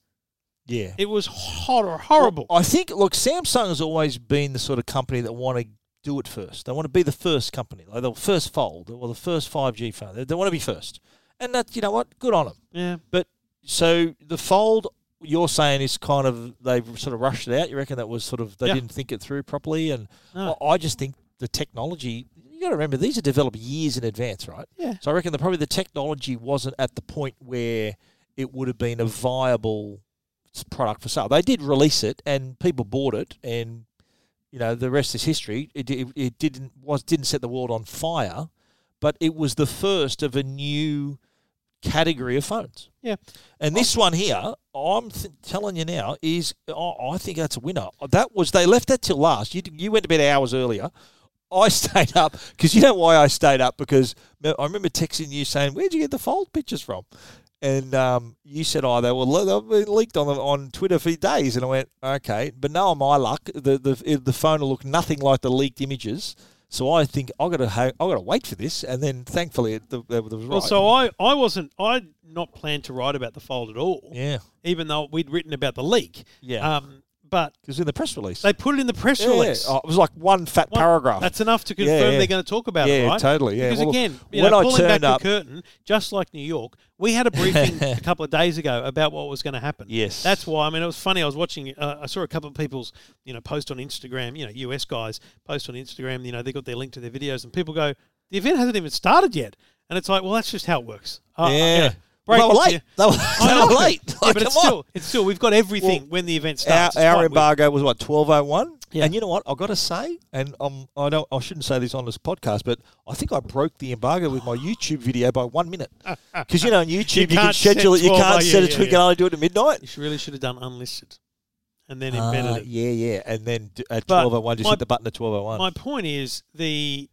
yeah. It was hor- horrible. I think look, Samsung has always been the sort of company that want to do it first. They want to be the first company, like the first fold or the first five G phone. They, they want to be first, and that you know what, good on them. yeah. But so the fold you're saying is kind of they've sort of rushed it out. You reckon that was sort of they Yeah. didn't think it through properly, and No. I, I just think the technology. You got to remember these are developed years in advance, right? Yeah. So I reckon the probably the technology wasn't at the point where it would have been a viable s- product for sale. They did release it, and people bought it, and you know the rest is history. It, it, it didn't was didn't set the world on fire, but it was the first of a new category of phones. Yeah. And this one here, I'm th- telling you now, is oh, I think that's a winner. That was they left that till last. You you went to bed hours earlier. I stayed up because you know why I stayed up because me- I remember texting you saying, "Where'd you get the fold pictures from?" And um, you said, "Oh, they were le- they've been leaked on on Twitter for days." And I went, "Okay," but no, my luck, the the the phone will look nothing like the leaked images. So I think I got to I got to wait for this. And then thankfully, it, the, it was right. Well, so I, I wasn't, I'd not planned to write about the Fold at all, yeah, even though we'd written about the leak. Yeah. Um, but because in the press release, they put it in the press Yeah, yeah. release. Oh, it was like one fat One- paragraph. That's enough to confirm yeah. they're going to talk about it, Yeah, right? totally, yeah. Because Well, again, you when know, I pulling back turned up- the curtain, just like New York, we had a briefing a couple of days ago about what was going to happen. Yes. that's why. I mean, it was funny. I was watching. Uh, I saw a couple of people's, you know, post on Instagram. You know, US guys post on Instagram. You know, they got their link to their videos, and people go, "The event hasn't even started yet," and it's like, well, that's just how it works. Uh, uh, you Yeah. know, Well, they break- were late. yeah. They were, I they know. were late. Yeah, Like, but it's come on. still, it's still, we've got everything Well, when the event our, starts. It's our quite weird. embargo was what twelve oh one. Yeah. And you know what? I've got to say, and um, I don't, I shouldn't say this on this podcast, but I think I broke the embargo with my YouTube video by one minute. Because you know, on YouTube you, can can't set schedule it. You 12, can't oh, yeah, set it. yeah, to- You can yeah. only do it at midnight. You should- really should have done unlisted, and then Ah, embedded it. yeah, yeah. And then d- at But twelve oh one, just my- hit the button at twelve oh one. My point is the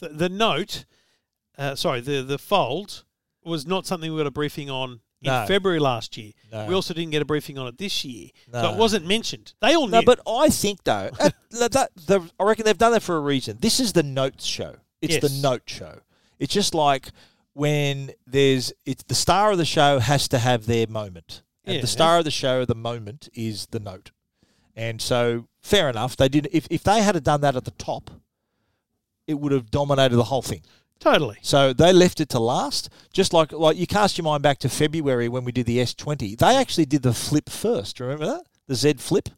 the, the note, uh, sorry, the the fold was not something we got a briefing on in No. February last year. No. We also didn't get a briefing on it this year, so No. it wasn't mentioned. They all No, knew. but I think though, that, that, that- the- I reckon they've done that for a reason. This is the notes show. It's Yes. the note show. It's just like when there's it's the star of the show has to have their moment, and Yeah. the star of the show, the moment is the note. And so, fair enough. They did. If if they had done that at the top, it would have dominated the whole thing. totally. So they left it to last, just like like you cast your mind back to February when we did the S twenty. They actually did the flip first. Remember that the Z flip?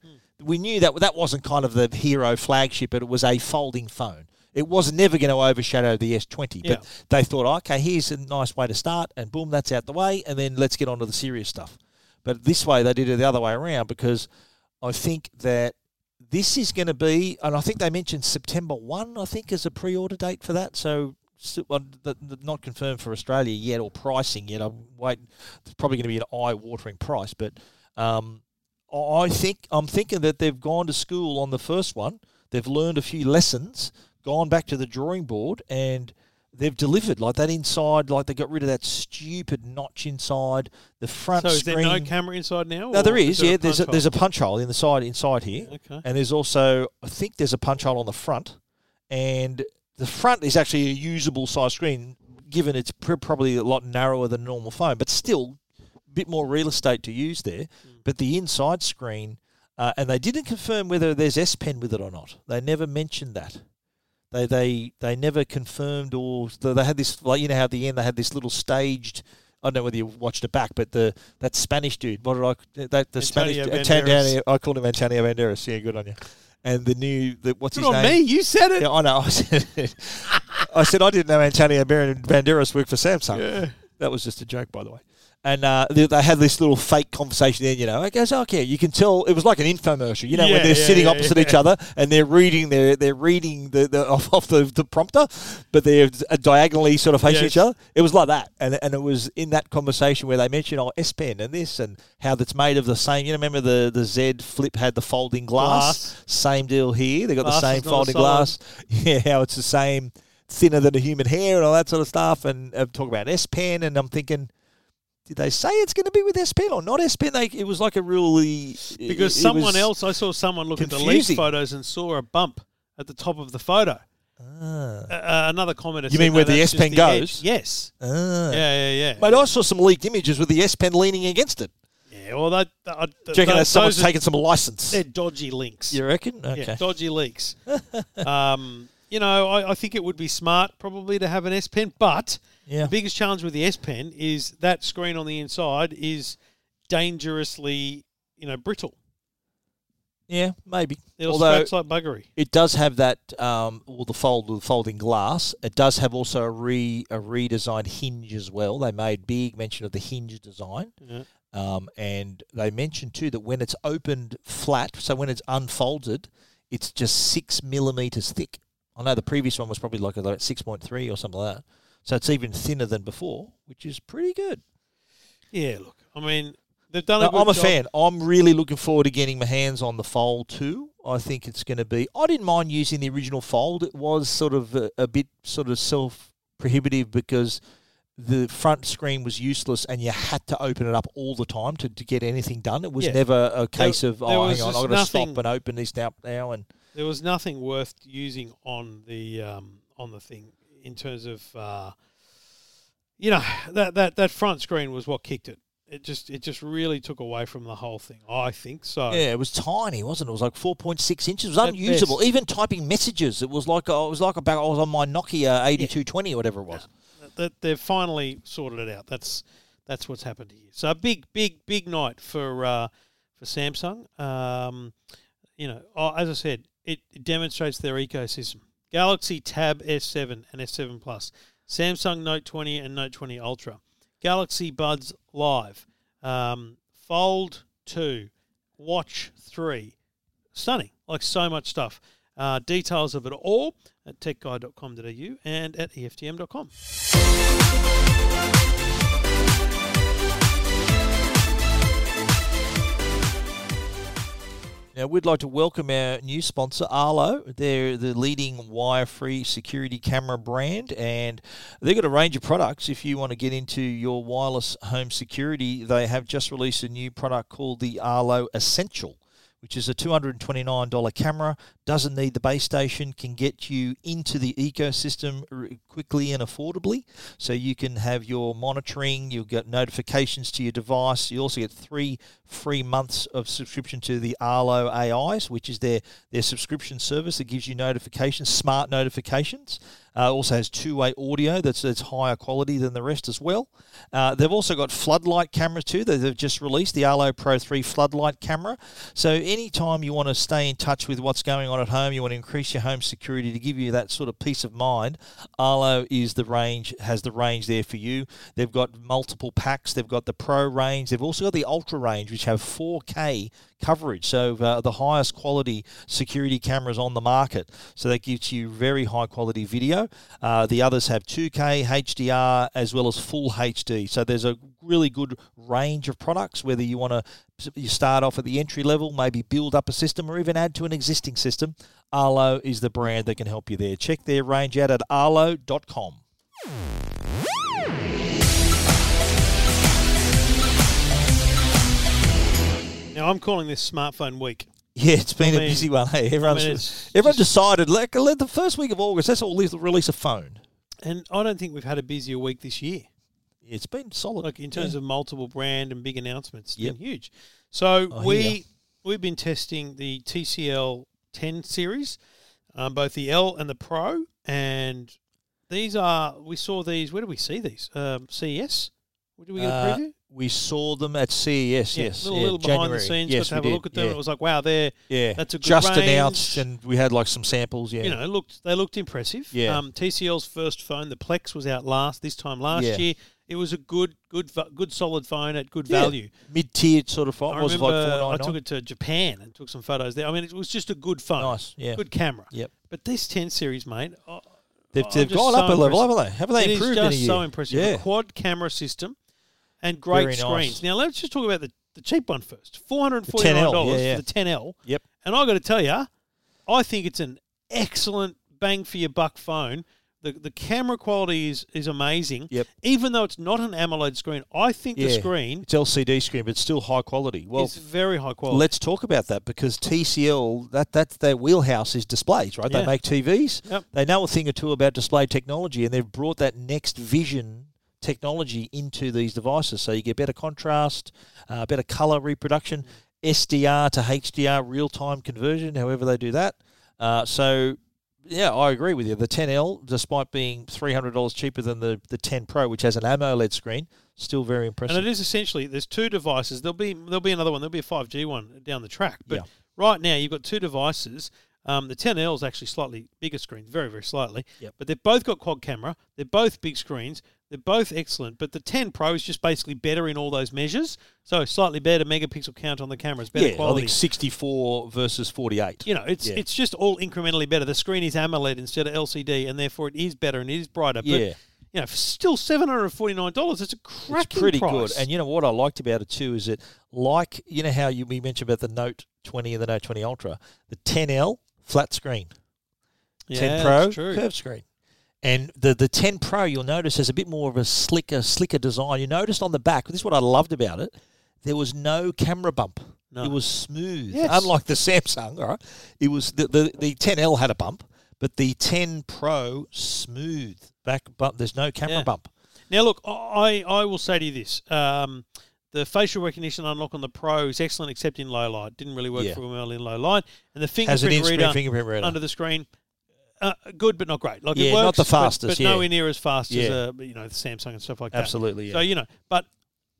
We knew that that wasn't kind of the hero flagship, but it was a folding phone. It was never going to overshadow the S twenty, Yeah. but they thought, okay, here's a nice way to start, and boom, that's out the way, and then let's get on to the serious stuff. But this way, they did it the other way around because I think that this is going to be, and I think they mentioned September 1, I think, is a pre order date for that. So, so- well, th- th- not confirmed for Australia yet or pricing yet. I'm waiting. It's probably going to be an eye watering price, but um, I I think I'm thinking that they've gone to school on the first one. They've learned a few lessons, gone back to the drawing board, and they've delivered. Like that inside, like they got rid of that stupid notch inside the front So is screen. there no camera inside now? No, or there is. yeah, there's a, punch there's a punch hole in the side inside here, hole? okay. and there's also I think there's a punch hole on the front, and the front is actually a usable size screen, given it's pr- probably a lot narrower than a normal phone, but still a bit more real estate to use there. But the inside screen, uh, and they didn't confirm whether there's S Pen with it or not. They never mentioned that. They they they never confirmed or they they had this like you know how at the end they had this little staged. I don't know whether you watched it back, but the that Spanish dude, what did I that the Spanish Antonio Antonio, I called him Antonio Banderas. Yeah, good on you. And the new the, what's Good his on name? me. You said it. Yeah, I know. I said, I said I didn't know Antonio Ban- Banderas worked for Samsung. That was just a joke, by the way. And uh, they, they had this little fake conversation then, you know. It goes, okay, you can tell it was like an infomercial, you know, Yeah, when they're yeah, sitting yeah, opposite each yeah. other and they're reading their they're reading the, the off, off the, the prompter, but they're uh, diagonally sort of facing Yes. each other. It was like that, and and it was in that conversation where they mentioned oh S Pen and this and how that's made of the same. You know, remember the the Z Flip had the folding glass. Glass. Same deal here. They got Glass the is same not a folding solid. glass. Yeah, how it's the same, thinner than a human hair and all that sort of stuff. And uh, talk about S Pen, and I'm thinking, did they say it's going to be with S Pen or not S Pen? They, it was like a really Because it- it someone was- else, I saw someone look at the Leafs confusing. photos and saw a bump at the top of the photo. Ah, Uh, uh, another comment. You mean where the S Pen goes? Yes. ah. Yeah, yeah, yeah. Mate, I saw some leaked images with the S Pen leaning against it. yeah, well, that, that, I- th- Do you reckon that those, someone's those are- taking some license? They're dodgy links. You reckon? Okay. Yeah, dodgy leaks. um, you know, I, I think it would be smart probably to have an S Pen, but Yeah. the biggest challenge with the S Pen is that screen on the inside is dangerously, you know, brittle. Yeah, maybe. It'll Although scratch like buggery. it does have that, um, well, the fold, the folding glass. It does have also a re a redesigned hinge as well. They made big mention of the hinge design, Yeah. um, and they mentioned too that when it's opened flat, so when it's unfolded, it's just six millimeters thick. I know the previous one was probably like about six point three or something like that. So it's even thinner than before, which is pretty good. Yeah, look, I mean, they've done. No, a good I'm a job. fan. I'm really looking forward to getting my hands on the fold too. I think it's going to be. I didn't mind using the original fold. It was sort of a, a bit sort of self prohibitive because the front screen was useless and you had to open it up all the time to, to get anything done. It was Yeah. never a case of there oh, was hang on, just I've got to nothing- stop and open this now now and There was nothing worth using on the um, on the thing in terms of, uh, you know, that, that that front screen was what kicked it. It just it just really took away from the whole thing. I think so. yeah, it was tiny, wasn't it? It was like four point six inches. It was At unusable. best. Even typing messages, it was like I was like about I was on my Nokia eighty two twenty or whatever it was. that they've finally sorted it out. That's that's what's happened here. So a big, big, big night for uh, for Samsung. Um, you know, oh, as I said, it, it demonstrates their ecosystem: Galaxy Tab S7 and S7 Plus, Samsung Note 20 and Note 20 Ultra, Galaxy Buds Live, um, Fold 2, Watch 3. Stunning, like so much stuff. Uh, details of it all at techguide.com.au and at E EFTM.com. Now, we'd like to welcome our new sponsor, Arlo. They're the leading wire free security camera brand, and they've got a range of products. If you want to get into your wireless home security, they have just released a new product called the Arlo Essential. Which is a $229 camera, doesn't need the base station, can get you into the ecosystem r- quickly and affordably. So you can have your monitoring, you'll get notifications to your device. You also get three free months of subscription to the Arlo AIs, which is their, their subscription service that gives you notifications, smart notifications. Uh, also has two-way audio that's, that's higher quality than the rest as well. Uh, they've also got floodlight cameras too. That they've just released the Arlo Pro 3 floodlight camera. So anytime you want to stay in touch with what's going on at home, you want to increase your home security to give you that sort of peace of mind. Arlo is the range has the range there for you. They've got multiple packs. They've got the Pro range. They've also got the Ultra range, which have 4K coverage, so uh, the highest quality security cameras on the market. So that gives you very high quality video. Uh, the others have 2K, HDR, as well as full HD. So there's a really good range of products. Whether you want to you start off at the entry level, maybe build up a system, or even add to an existing system, Arlo is the brand that can help you there. Check their range out at arlo.com. Now I'm calling this smartphone week. Yeah, it's been I a mean- busy one. Hey, everyone's, it's everyone decided like uh, let the first week of August. That's all. Release, release a phone. And I don't think we've had a busier week this year. It's been solid. Like in terms of multiple brand and big announcements, it's Yep. been huge. So Oh, we yeah. we've been testing the TCL 10 series. um, both the L and the Pro. And these are, we saw these, where did we see these? Um, CES? Did we get a Uh, preview? We saw them at CES. Yeah, yes, little, yeah, little behind the January. scenes, Yes, we got to have did, a look at them. Yeah, It was like, wow, they're yeah. that's a good just range. announced, and we had like some samples. Yeah, you know, it looked they looked impressive. Yeah. Um, TCL's first phone, the Plex, was out last this time last Yeah. year. It was a good, good, va- good, solid phone at good Yeah. value. mid-tiered sort of phone. I was it remember like four I nine took nine. it to Japan and took some photos there. I mean, it was just a good phone, Nice. Yeah, good camera. Yep. But this 10 series, mate, oh, they've, I'm they've just gone so up a level, impressed. haven't they? Haven't they it is improved in a just year? so impressive. A Yeah, quad camera system and great Very nice. screens. Now let's just talk about the, the cheap one first. Four hundred forty nine 10L, dollars yeah, yeah. for the ten L. Yep. And I got to tell you, I think it's an excellent bang for your buck phone. The, the camera quality is, is amazing. Yep. Even though it's not an AMOLED screen, I think the Yeah. screen it's LCD screen, but it's still high quality. Well, is very high quality. Let's talk about that because TCL that that's their wheelhouse is displays, right? Yeah. They make TVs. Yep. They know a thing or two about display technology, and they've brought that next vision technology into these devices, so you get better contrast, uh, better color reproduction, SDR to HDR real time conversion. However, they do that. Uh, so. Yeah, I agree with you. The 10L, despite being three hundred dollars cheaper than the, the 10 Pro, which has an AMOLED screen, still very impressive. and it is essentially there's two devices. There'll be there'll be another one. There'll be a five G one down the track. But Yeah. right now you've got two devices. Um, the 10L is actually slightly bigger screen, very very slightly. Yep. But they've both got quad camera. They're both big screens. They're both excellent. But the 10 Pro is just basically better in all those measures. So slightly better megapixel count on the cameras, better yeah, I quality. think 64 versus 48. you know, it's Yeah. it's just all incrementally better. The screen is AMOLED instead of LCD, and therefore it is better and it is brighter. But, Yeah. you know, for still seven hundred forty nine dollars. It's a cracking it's pretty price. good. And you know what I liked about it too is that, like you know how you we mentioned about the Note 20 and the Note 20 Ultra, the 10L flat screen, yeah, 10 that's Pro true. curved screen, and the the 10 Pro you'll notice has a bit more of a slicker slicker design. You noticed on the back. This is what I loved about it. There was no camera bump. No. It was smooth, Yes. unlike the Samsung. All right, it was the, the the 10L had a bump, but the 10 Pro smooth back bump. There's no camera Yeah. bump. Now, look, I, I will say to you this. Um, the facial recognition unlock on the Pro is excellent, except in low light. Didn't really work Yeah. for well in low light. And the Has an fingerprint in-screen reader fingerprint reader. under the screen, uh, good but not great. Like it Yeah, works, not the but- fastest, but, yeah. nowhere near as fast as Yeah. uh, you know Samsung and stuff like Absolutely. that. yeah. So you know, but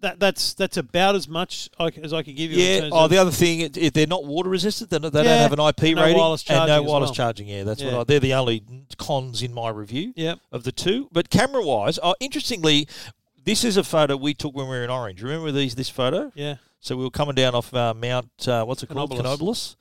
that that's that's about as much I, c- as I could give you. In Yeah. terms Oh, of, the other thing, it, it, they're not water resistant. They're not, they Yeah, don't have an IP and no rating wireless and no charging as wireless well. charging. Yeah, that's Yeah. what I, they're the only cons in my review yeah, of the two. But camera wise, oh, interestingly, this is a photo we took when we were in Orange. Remember these? This photo. yeah. So we were coming down off uh, Mount. Uh, what's it called? Canopus. Canobulus.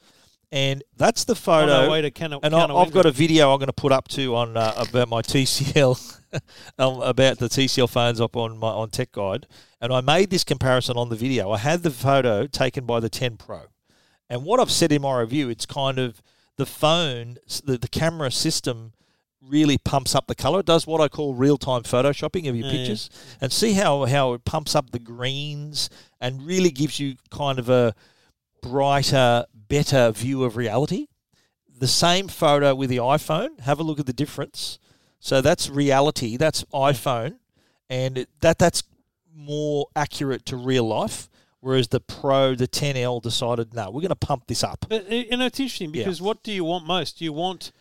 And that's the On photo. our way to Cano, and I, I've got a video I'm going to put up too on uh, about my TCL, um, about the TCL phones up on my on Tech Guide, and I made this comparison on the video. I had the photo taken by the 10 Pro, and what I've said in my review, it's kind of the phone, s- the, the camera system really pumps up the color. It does what I call real time photoshopping of your Yeah, yeah. pictures, and see how how it pumps up the greens and really gives you kind of a brighter, better view of reality the same photo with the iPhone. Have a look at the difference. So that's reality. That's iPhone, and it, that that's more accurate to real life. Whereas the Pro, the 10L, decided no, we're going to pump this up. But uh, you know, it's interesting Yeah. because what do you want most? Do you want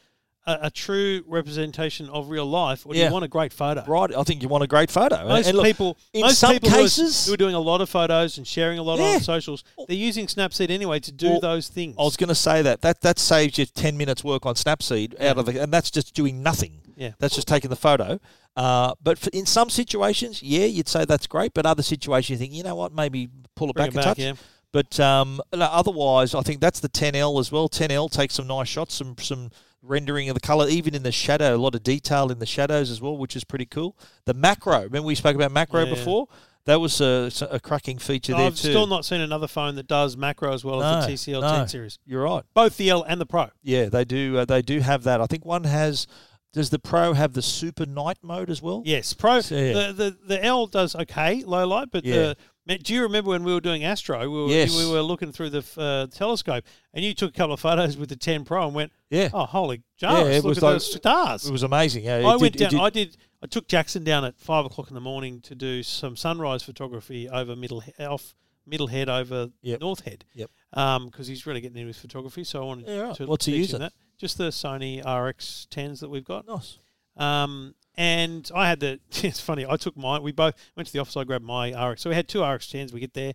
a, a true representation of real life, or do Yeah. you want a great photo? Right? I think you want a great photo. Most And look, people, in most some people who are- cases- who are, doing a lot of photos and sharing a lot Yeah. on socials, they're using Snapseed anyway to do Well, those things. I was going to say that that that saves you ten minutes work on Snapseed out of the, and that's just doing nothing. Yeah. that's just taking the photo. Uh, but for, in some situations, yeah, you'd say that's great. But other situations, you think you know what, maybe pull it Bring back it a back, touch. yeah. But um, no, otherwise, I think that's the 10L as well. 10L takes some nice shots, some some rendering of the color, even in the shadow, a lot of detail in the shadows as well, which is pretty cool. The macro, remember we spoke about macro Yeah. before? That was a, a cracking feature there I've too. still not seen another phone that does macro as well as No, the TCL no. 10 series, You're right. both the L and the Pro. Yeah, they do. Uh, they do have that. I think one has. Does the Pro have the super night mode as well? Yes, Pro. So, yeah. The, the the L does okay low light, but Yeah. the do you remember when we were doing Astro? We were, Yes. we were looking through the uh, telescope, and you took a couple of photos with the 10 Pro and went, Yeah. "Oh, holy Jarvis! it look was at like- those stars!" It was amazing. Yeah, it I did- went it down. did- I did. I took Jackson down at five o'clock in the morning to do some sunrise photography over middle he- off middle head over Yep. north head. Yep. Um, because he's really getting into his photography, so I wanted Yeah, right. to Well, to teach use him it. that. just the Sony RX10s that we've got. Nice. Um, and I had the. It's funny. I took mine. We both went to the office. I grabbed my RX. So we had two RX10s. We get there,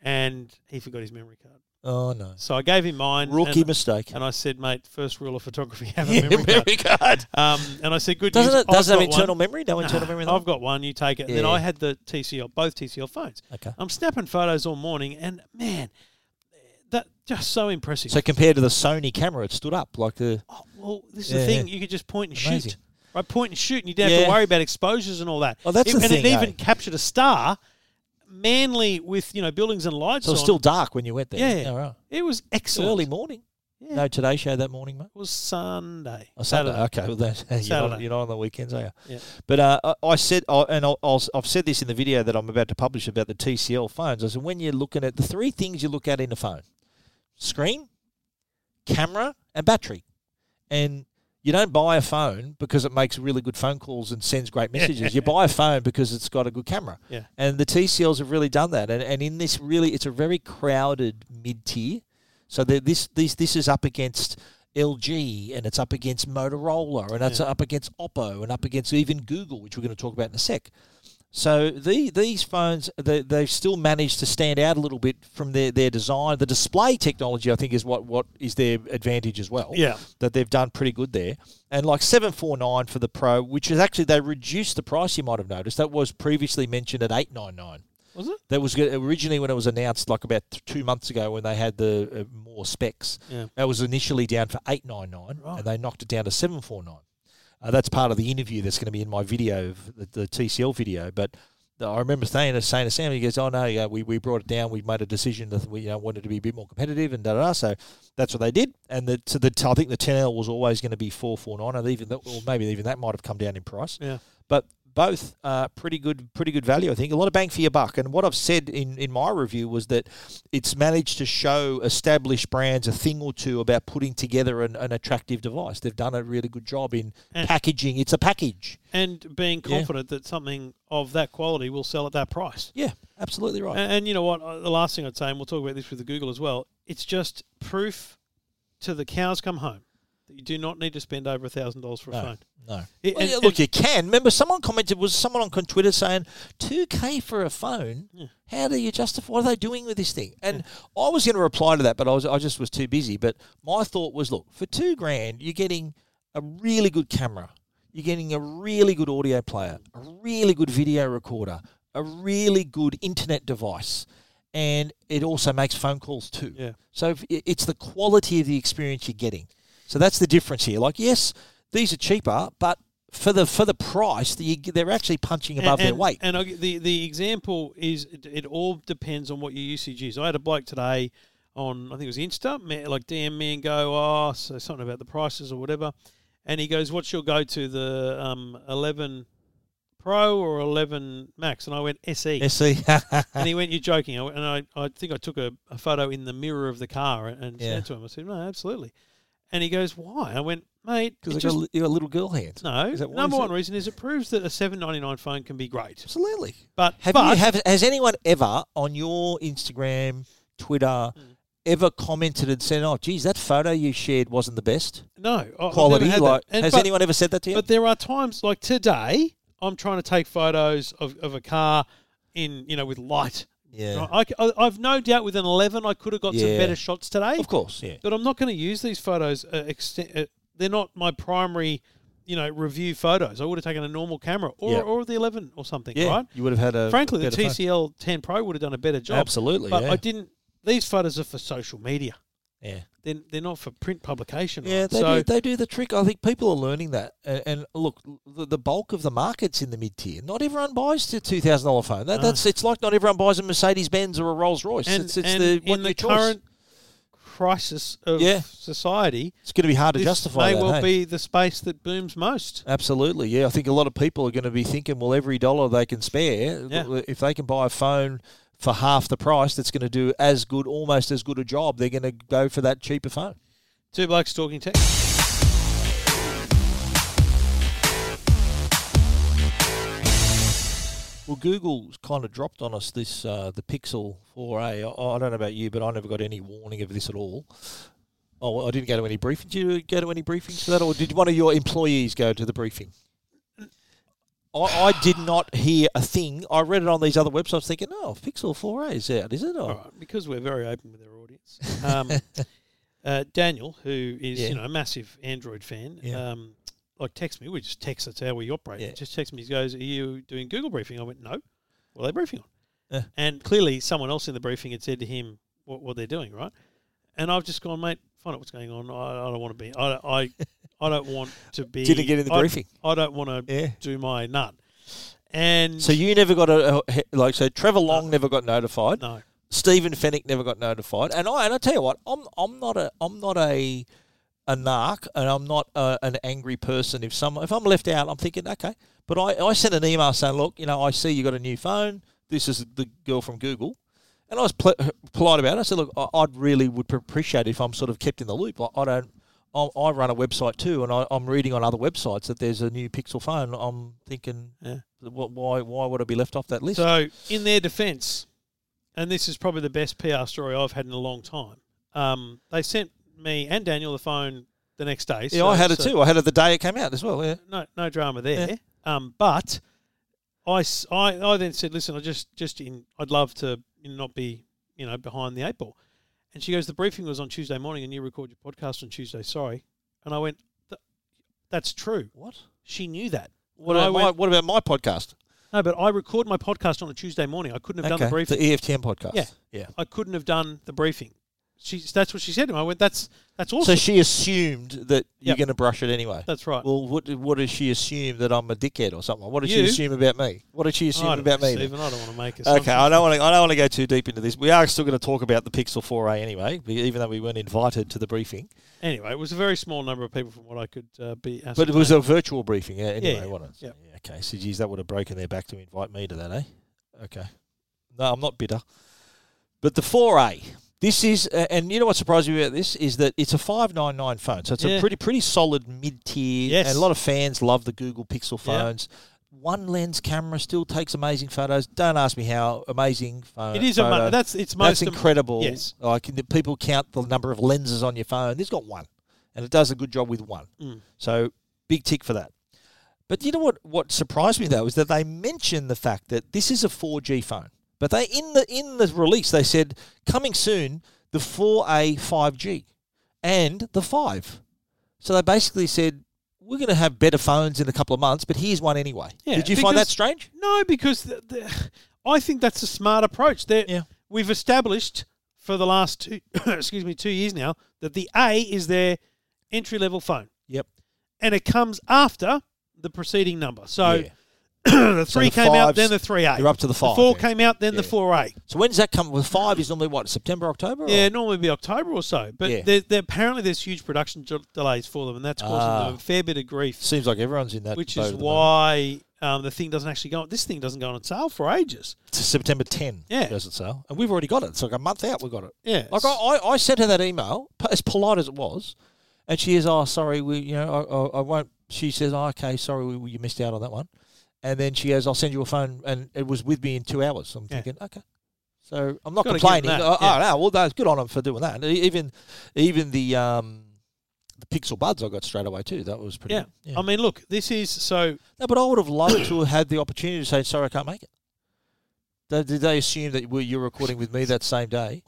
and he forgot his memory card. Oh no. So I gave him mine. Rookie and, mistake. and I said, mate, first rule of photography, have a Yeah, memory card. card. Um, and I said, good Doesn't news. it? Doesn't I've have got internal one. memory? No internal Nah, memory. I've got one. You take it. And then Yeah. I had the TCL, both TCL phones. Okay. I'm snapping photos all morning, and man, that just so impressive. So compared to the Sony camera, it stood up like the. Oh, well, this is Yeah, the thing. yeah. You could just point and Amazing. shoot. Right, point and shoot, and you don't have Yeah. to worry about exposures and all that. Oh, that's It- the and it thing, even eh? captured a star, manly with you know buildings and lights. So it was on. still dark when you went there. Yeah. All right. it was excellent. Early morning. Yeah. No Today Show that morning, mate. It was Sunday. Oh, Saturday. Okay, well, that, you're, not, Saturday. you're not on the weekends, are you? Yeah. But uh, I, I said, I, and I'll, I'll, I've said this in the video that I'm about to publish about the TCL phones. I said, when you're looking at the three things you look at in a phone screen, camera, and battery. And you don't buy a phone because it makes really good phone calls and sends great messages. you buy a phone because it's got a good camera. Yeah. And the TCLs have really done that. And, and in this really, it's a very crowded mid tier. So the, this this this is up against LG and it's up against Motorola and it's up against Oppo and up against even Google, which we're going to talk about in a sec. So the, these phones, they, they've still managed to stand out a little bit from their, their design. The display technology, I think, is what, what is their advantage as well Yeah. that they've done pretty good there. And like 749 for the Pro, which is actually they reduced the price you might have noticed. That was previously mentioned at 899. Was it? That was good- originally when it was announced like about th- 2 months ago when they had the uh, more specs. Yeah. That was initially down for 899 Right. and they knocked it down to 749. Uh, that's part of the interview that's going to be in my video, of the, the TCL video, but I remember saying to saying to Sam, he goes, "Oh no, yeah, we, we brought it down. We made a decision that we you know, wanted to be a bit more competitive and da da da." So that's what they did. And the, so the I think the 10L was always going to be four four nine, and even that, or maybe even that might have come down in price. Yeah. But both uh, pretty good, pretty good value. I think a lot of bang for your buck. And what I've said in in my review was that it's managed to show established brands a thing or two about putting together an, an attractive device. They've done a really good job in And- packaging. It's a package. And being Yeah. confident that something of that quality will sell at that price. Yeah, absolutely right. And, and you know what? Uh, The last thing I'd say, and we'll talk about this with the Google as well. It's just proof to the cows come home that you do not need to spend over a thousand dollars for a phone. No. It- Well, and- yeah, look, and- you can. Remember, someone commented was someone on con- Twitter saying, "2k for a phone? Yeah. How do you justify? What are they doing with this thing?" And I was going to reply to that, but I was I just was too busy. But my thought was, look, for two grand, you're getting a really good camera, you're getting a really good audio player, a really good video recorder, a really good internet device, and it also makes phone calls too. Yeah. So if- i- it's the quality of the experience you're getting. So that's the difference here. Like, yes, these are cheaper, but for the for the price, the, they're actually punching above and, their weight. And I, the the example is it, it all depends on what your usage is. I had a bloke today on I think it was Insta, ma- like DM me and go, oh, so something about the prices or whatever, and he goes, what's your go to the um, eleven Pro or eleven Max? And I went SE. You see, And he went, "You're joking." I went- And I, I think I took a, a photo in the mirror of the car and, and Yeah. said to him, "I said, no, absolutely." And he goes, "Why?" I went, "Mate, it because just, you got little girl hands. no. Is that why Number is one that- reason is it proves that a 7.99 phone can be great. Absolutely. But Have but you have has anyone ever on your Instagram, Twitter, Hmm. ever commented and said, "Oh, geez, that photo you shared wasn't the best no I- I've never quality"? had that. Like, And- has but, anyone ever said that to you? But there are times like today, I'm trying to take photos of, of a car in you know with light. yeah, I, have no doubt with an 11, I could have got some Yeah. better shots today. of course. Yeah, but I'm not going to use these photos. Uh, exten- uh, they're not my primary, you know, review photos. I would have taken a normal camera or, Yeah. or the 11 or something, yeah. right? You would have had a Frankly, the better phone. TCL 10 Pro would have done a better job. Absolutely, but yeah. I didn't. These photos are for social media. Yeah. They're, they're not for print publication. Yeah, right? they, so do, they do the trick. I think people are learning that. And, and look, the, the bulk of the market's in the mid tier. Not everyone buys a two thousand dollar phone. That, That's it's like not everyone buys a Mercedes Benz or a Rolls Royce. and, It's, it's and the what in the your choice. current crisis of Yeah. society, It's going to be hard to this justify. may that, well hey? be the space that booms most. Absolutely, yeah. I think a lot of people are going to be thinking, well, every dollar they can spare, uh, Yeah. if they can buy a phone for half the price, that's going to do as good, almost as good a job. They're going to go for that cheaper phone. Two blokes talking tech. Well, Google's kind of dropped on us this uh, the Pixel 4A. I, I don't know about you, but I never got any warning of this at all. Oh, well, I didn't go to any briefing. Did you go to any briefings for that, or did one of your employees go to the briefing? I, I did not hear a thing. I read it on these other websites, thinking, "Oh, Pixel Four A is out, is it?" All Or, right, because we're very open with our audience. Um, uh, Daniel, who is Yeah. you know a massive Android fan, Yeah. um, like text me. We just text. That's how we operate. Yeah. Just text me. He goes, "Are you doing Google briefing?" I went, "No." What are they briefing on? Yeah. And clearly, someone else in the briefing had said to him what, what they're doing, right? And I've just gone, mate. Find out what's going on. I, I don't want to be. I, I I don't want to be. Didn't get in the I- briefing. I don't want to Yeah. do my nut. And So you never got a, a like. So Trevor Long Uh, never got notified. no, Stephen Fennick never got notified, and I and I tell you what, I'm I'm not a I'm not a a narc, and I'm not a, an angry person. If some if I'm left out, I'm thinking okay. But I I sent an email saying, look, you know, I see you got a new phone. This is the girl from Google, and I was pl- polite about it. I said, look, I, I'd really would pre- appreciate if I'm sort of kept in the loop. I, I don't. I, I run a website too, and I, I'm reading on other websites that there's a new Pixel phone. I'm thinking, Yeah. "Wh- why why would I be left off that list? So, in their defence, and this is probably the best PR story I've had in a long time. Um, they sent me and Daniel the phone the next day. yeah, so- I had it so too. I had it the day it came out as well. Yeah. No, no drama there. Um, but I, s- I- I then said, listen, I just just in, I'd love to not be you know behind the eight ball. And she goes, the briefing was on Tuesday morning, and you record your podcast on Tuesday. Sorry. And I went, "Th- that's true. What? She knew that. What And I about, my, went- what about my podcast? no, but I record my podcast on a Tuesday morning. I couldn't have done the briefing. EFTM podcast. Yeah. yeah. I couldn't have done the briefing. She, that's what she said to me. I went, that's that's So awesome. she assumed that you're Yep. going to brush it anyway. that's right. Well, what what does she assume that I'm a dickhead or something? What did You- she assume about me? What did she assume I don't about know, me? then? Stephen, I don't want to make assumptions. Okay, I don't want to. I don't want to go too deep into this. We are still going to talk about the Pixel 4a anyway, be- even though we weren't invited to the briefing. Anyway, it was a very small number of people from what I could uh, be. But it was a virtual briefing yeah, anyway, yeah, wasn't it? yeah. Yeah, Okay, so geez, that would have broken their back to invite me to that, eh? Okay. No, I'm not bitter. But the 4A, this is, uh, and you know what surprised me about this is that it's a 599 phone, so it's Yeah. a pretty pretty solid mid tier. Yes. and a lot of fans love the Google Pixel Yeah. phones. One lens camera still takes amazing photos. Don't ask me how amazing phone. It is a photo. mo- that's it's most That's incredible. yes. Like the people count the number of lenses on your phone. This got one, and it does a good job with one. Mm. So big tick for that. But you know what? What surprised me though is that they mentioned the fact that this is a 4G phone. But they in the in the release they said coming soon the 4A 5G and the 5. So they basically said we're going to have better phones in a couple of months, but here's one anyway. Yeah, Did you find that because- strange? no, because the, the, I think that's a smart approach. There, Yeah. we've established for the last two, excuse me, two years now that the A is their entry level phone, Yep. and it comes after the preceding number. So Yeah. the So three the came out, fives, then the three A. you're up to the The five, four yeah. came out, then the Yeah. four A. So when does that come? Well, five is normally what September, October. or- Yeah, normally it'd be October or so, but Yeah. there, there, apparently there's huge production j- delays for them, and that's causing Ah. them a fair bit of grief, Seems like everyone's in that. which boat is at the moment. why um, the thing doesn't actually go. This thing doesn't go on sale for ages. to September 10. Yeah. Does it sell? And we've already got it. It's like a month out we've got it. Yeah, Like I, I, I sent her that email, p- as polite as it was, and she is, oh, sorry, we, you know, I, I, I won't. She says, oh, okay, sorry, we, we- you missed out on that one. And then she goes, I'll send you a phone, and it was with me in two hours. I'm Yeah. thinking, okay. So I'm not Gotta give 'em complaining. that, Oh, yeah. oh, no, well, that's good on them for doing that. And e- even, even the um, the Pixel Buds I got straight away too. That was pretty. yeah. Um, I mean, look, this is so No, but I would have loved to have had the opportunity to say, sorry, I can't make it. Did did they assume that we- you're recording with me that same day?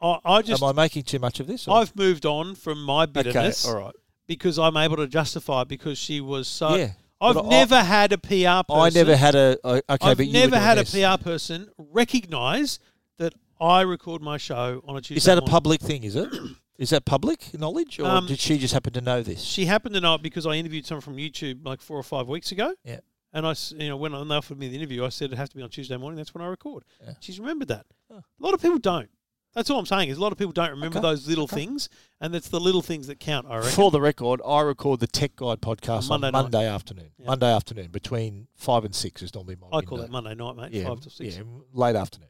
I, I just Am I making too much of this? or- I've moved on from my okay, bitterness all right. because I'm able to justify it because she was so. yeah. I've But I- never had a PR. Person. I never had a. I- Okay, I've but you were never doing had this. a PR person recognise that I record my show on a Tuesday. Is that a morning. public thing? Is it? Is that public knowledge, or Um, did she just happen to know this? She happened to know it because I interviewed someone from YouTube like four or five weeks ago. Yeah. And I, s- you know, when they offered me the interview, I said it has to be on Tuesday morning. That's when I record. Yeah. She's remembered that. Huh. A lot of people don't. That's all I'm saying is a lot of people don't remember Okay, those little things, and it's the little things that count. I reckon. For the record, I record the Tech Guide podcast On on Monday Monday, night. afternoon. Yeah. Monday afternoon between five and six is normally my. I call that window. Monday night, mate. yeah, Five to six. Yeah, late afternoon.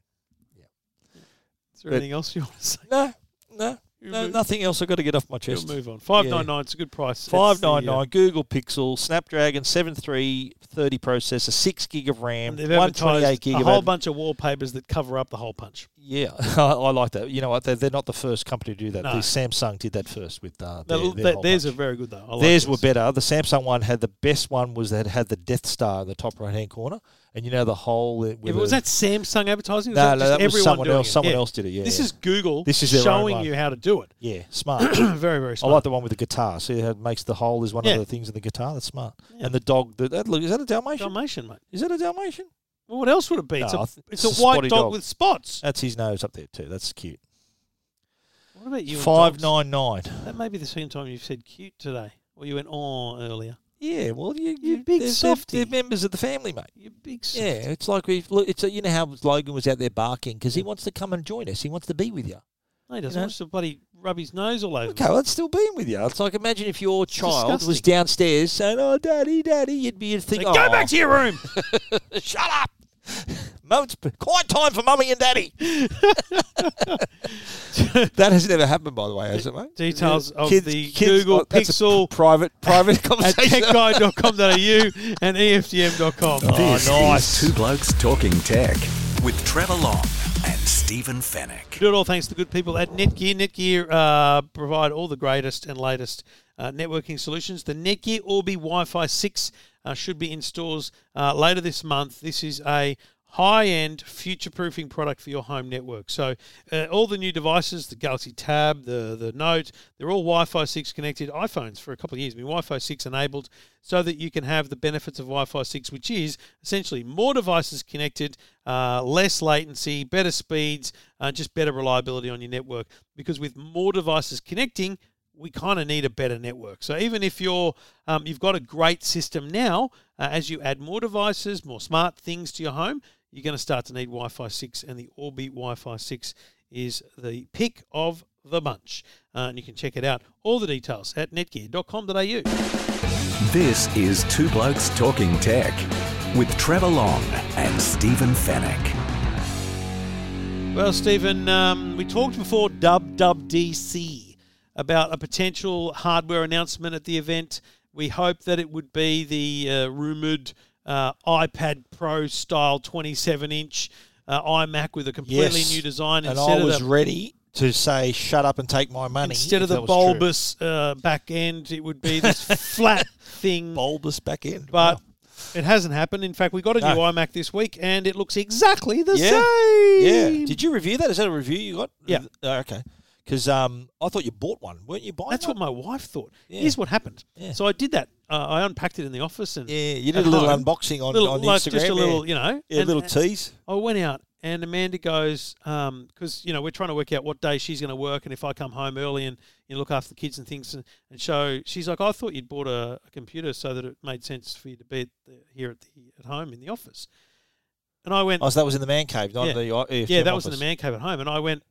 Is there anything else you want to say? No, no. You'll No, move- nothing else. I've got to get off my you'll chest. move on. Five nine nine. It's a good price. It's the, uh, Five nine nine Google Pixel Snapdragon 7330 processor, six gig of RAM, They've one twenty eight advertised gig a of whole ad- bunch of wallpapers that cover up the whole punch. Yeah, I, I like that. You know what? They're, they're not the first company to do that. No. The Samsung did that first with uh, Now, their, th- their whole theirs bunch. are very good though. I like Theirs were theirs. better. The Samsung one had the best one was that it had the Death Star in the top right hand corner, and you know the hole. With Yeah, but was the- that Samsung advertising? Was No, no, just that was everyone someone doing else. it? Someone Yeah. else did it. Yeah, This yeah. is Google. This is their own showing one. you how to do it. yeah smart. very very I smart. like the one with the guitar. See how it makes the hole is one Yeah. of the things in the guitar. That's smart. Yeah. And the dog. The, that look is that a Dalmatian? Dalmatian, mate. is that a Dalmatian? Well, what else would it be? It's No, I a, th- it's it's a a white spotty dog, dog. with spots. That's his nose up there too. That's cute. What about you? and Five dogs? nine nine. That may be the second time you've said cute today, or you went on earlier. Yeah. Well, you You big they're- they're, softy. they're members of the family, mate. You big. s- Yeah, it's like we. Look, it's a, you know how Logan was out there barking because he wants to come and join us. He wants to be with you. No, he doesn't You know? want us to bloody rub his nose all over. Okay, well, it's still being with you. It's like imagine if your child was disgusting. downstairs saying, "Oh, daddy, daddy," you'd be you'd Say, think, Go "Oh, back to your room. shut up." Mum, it's quite time for mummy and daddy. that has never happened, by the way, has it, mate? Details of Kids- the kids- Google oh, that's a Pixel private private at conversation. techguide.com.au and E EFTM.com. Oh, this nice. is Two Blokes Talking Tech with Trevor Long and Stephen Fennec. Do it all thanks to the good people at Netgear. Netgear uh, provide all the greatest and latest uh, networking solutions. The Netgear Orbi Wi Fi 6 uh, should be in stores uh, later this month. This is a high end, future proofing product for your home network. So, uh, all the new devices, the Galaxy Tab, the, the Note, they're all Wi Fi 6 connected iPhones for a couple of years. I mean, Wi Fi 6 enabled so that you can have the benefits of Wi Fi 6, which is essentially more devices connected, uh, less latency, better speeds, uh, just better reliability on your network. Because with more devices connecting, we kind of need a better network. So even if you're um, you've got a great system now, uh, as you add more devices, more smart things to your home, you're going to start to need Wi-Fi 6, and the Orbi Wi-Fi 6 is the pick of the bunch. Uh, and you can check it out. All the details at netgear.com.au. This is Two Blokes Talking Tech with Trevor Long and Stephen Fennec. Well, Stephen, um, we talked before WWDC about a potential hardware announcement at the event. We hope that it would be the uh, rumored uh, iPad Pro style 27 inch uh, iMac with a completely Yes, new design and instead I was of the, ready to say, "Shut up and take my money." instead of if the that was true. bulbous uh, back end. It would be this flat thing, bulbous back end, but. Wow. It hasn't happened. In fact, we got a No. new iMac this week, and it looks exactly the Yeah. same. Yeah. Did you review that? Is that a review you got? Yeah. Oh, okay. Because um, I thought you bought one, weren't you buying? That's one? what my wife thought. Yeah. Here's what happened. Yeah. So I did that. Uh, I unpacked it in the office and Yeah, you at did a little home. unboxing on, little, on like Instagram. just a yeah. little, you know, yeah, a and- little and tease. I went out and Amanda goes because you know we're trying to work out what day she's going to work and if I come home early and you know, look after the kids and things and, and show. She's like, I thought you'd bought a, a computer so that it made sense for you to be at the, here at the at home in the office. And I went, Oh, so that was in the man cave, not Yeah. the uh, EFTM yeah, that was in the office. man cave at home. And I went,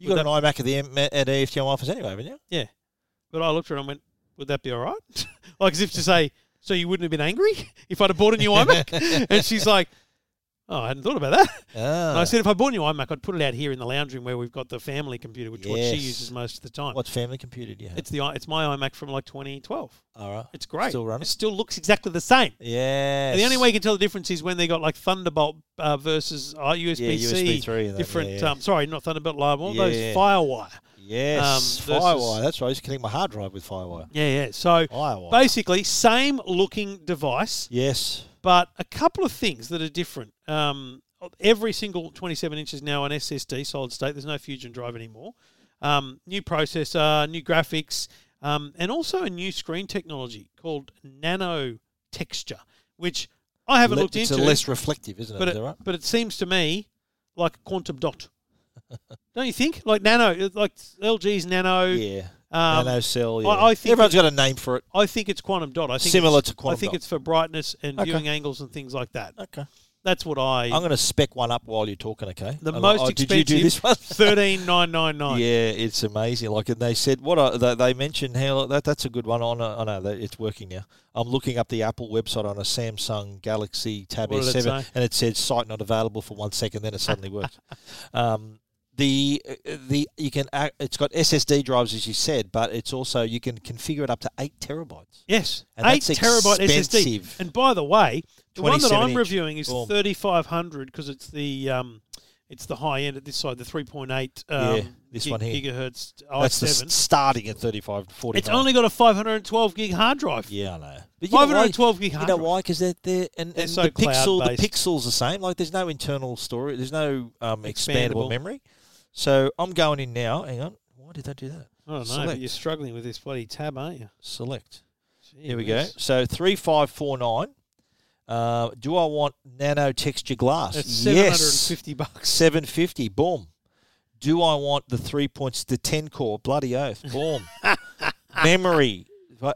You got an iMac at the M- at E EFTM office anyway, haven't you? But I looked at her and went, "Would that be all right?" like as if to say, "So you wouldn't have been angry if I'd have bought a new iMac?" and she's like, "Oh, I hadn't thought about that." And I Ah. said, "If I bought a new iMac, I'd put it out here in the lounge room where we've got the family computer, which what she Yes. uses most of the time. what family computer do you have? It's the i- it's my iMac from like 2012. All right. It's great. Still running? It still looks exactly the same." Yeah. And the only way you can tell the difference is when they got like Thunderbolt uh, versus uh, USB C, USB 3 and that, different. yeah, yeah. Um, sorry, not Thunderbolt Live. All those Yeah. FireWire. Yes. um, versus- FireWire. That's right. I used to connect my hard drive with FireWire. Yeah, yeah. So FireWire. basically, same looking device. yes. but a couple of things that are different. Um, every single 27 inch is now an SSD solid state. There's no Fusion drive anymore. Um, new processor, new graphics, um, and also a new screen technology called nano texture, which I haven't Le- looked it's into. a less reflective, isn't it? but Is it, that right? but it seems to me like a quantum dot. Don't you think? Like nano, it's like LG's nano. Yeah. Um, Nano cell. Yeah. I think Everyone's got a name for it. I think it's quantum dot. I think Similar it's- to quantum I think dot. it's for brightness and Okay. viewing angles and things like that. Okay. That's what I. I'm going to spec one up while you're talking, okay? The And I- most oh, expensive, Did you do this one? thirteen nine nine nine. Yeah, it's amazing. Like, and they said what I, they, they mentioned how that that's a good one. On a- I know that it's working now. I'm looking up the Apple website on a Samsung Galaxy Tab What did it S7, say? and it said site not available for one second. Then it suddenly worked. Um, the the you can ac- it's got SSD drives as you said, but it's also you can configure it up to eight terabytes. Yes, And eight that's terabyte expensive. SSD. And by the way, the one that 27 I'm inch. reviewing is Boom. 3500 because it's the um, it's the high end at this side, the 3.8 um, Yeah, this one here. gigahertz That's the i7. s- starting at 35 to 40. It's only got a 512 gig hard drive. yeah, I know. But you know why? 512 gig You hard know drive. why? Because they're, they're and, and so the pixel the cloud-based. pixels the same. Like there's no internal storage. There's no um, expandable. Expandable. memory. So I'm going in now. Hang on. Why did they do that? I don't know, but Select. you're struggling with this bloody tab, aren't you? Select. Here we go. So three five four nine. Uh, do I want nano texture glass? That's yes. 750 bucks. Seven fifty. Boom. Do I want the three points? The ten core. Bloody oath. Boom. memory.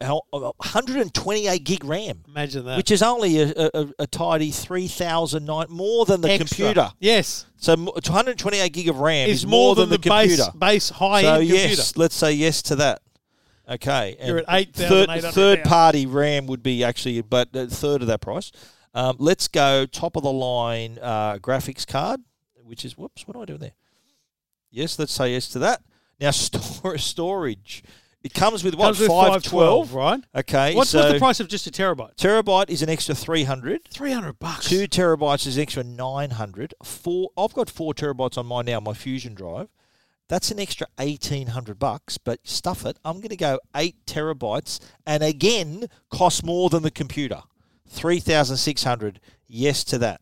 How- uh, 128 gig RAM. Imagine that. which is only a, a, a- a tidy 3,000 night more than the Extra. computer. Yes. So m- 228 gig of RAM It's is more than, the, base, computer. base high so end computer. yes, let's say yes to that. Okay, and You're at 8,800 now. third, third party RAM would be actually about a third of that price. Um, let's go top of the line uh, graphics card, which is whoops. What am I doing there? Yes, let's say yes to that. Now stor- storage, it comes with what Comes with five 512, twelve. right? Okay, What's, so what's the price of just a terabyte? Terabyte is an extra three hundred. 300 bucks. Two terabytes is an extra 900. Four, I've got four terabytes on mine now, my Fusion drive. That's an extra 1800 bucks, but stuff it. I'm going to go eight terabytes and again, cost more than the computer. 3600. Yes to that.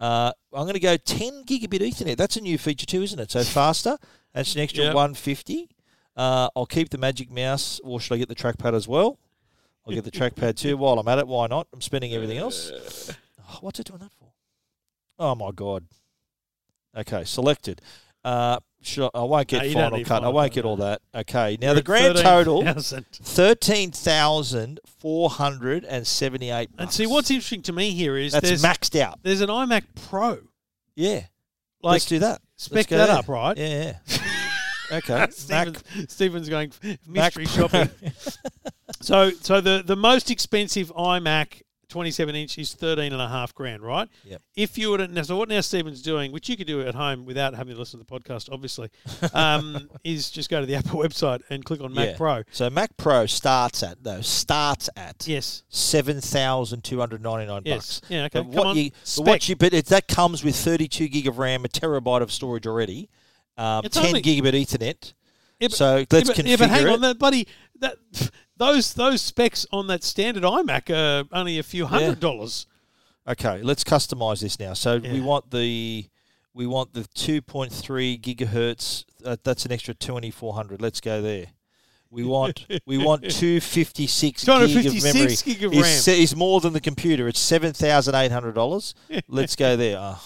Uh, I'm going to go 10 gigabit Ethernet. That's a new feature too, isn't it? So faster. That's an extra Yep. 150. Uh, I'll keep the Magic Mouse, or should I get the trackpad as well? I'll get the trackpad too. While I'm at it, why not? I'm spending everything else. Oh, what's it doing that for? Oh my god. Okay, selected. Uh, should I, I won't get No, you don't final need cut. I Final won't Cut, get all no. that. Okay, now the You're at grand 13,000. total thirteen thousand four hundred and seventy-eight. And see, what's interesting to me here is that's there's maxed out. there's an iMac Pro. Yeah, Like, let's do that. spec Let's go that there. up, right? Yeah. yeah. okay, Mac, Stephen's, Stephen's going Mac mystery Pro. shopping. So, so the, the most expensive iMac 27 inch is 13 and a half grand, right? Yep. If you were to, now, so what now Stephen's doing, which you could do at home without having to listen to the podcast, obviously, um, is just go to the Apple website and click on Mac Yeah. Pro. So Mac Pro starts at though starts at Yes. seven thousand two hundred ninety-nine Yes. bucks. Yeah, okay. But Come what on. you, but Spec. what you, but it, that comes with 32 gig of RAM, a terabyte of storage already, um, It's 10 only- gigabit Ethernet. Yeah, but- so let's yeah, but, configure yeah, but hang it. on, that buddy, that those those specs on that standard iMac are only a few hundred Yeah. dollars. Okay, let's customize this now. So we Yeah. want the we want the 2.3 gigahertz. Uh, that's an extra 2400. Let's go there. We want we want 256 gig of 256 memory. gig of is, RAM. se- is more than the computer. It's seven thousand eight hundred dollars. let's go there. Oh,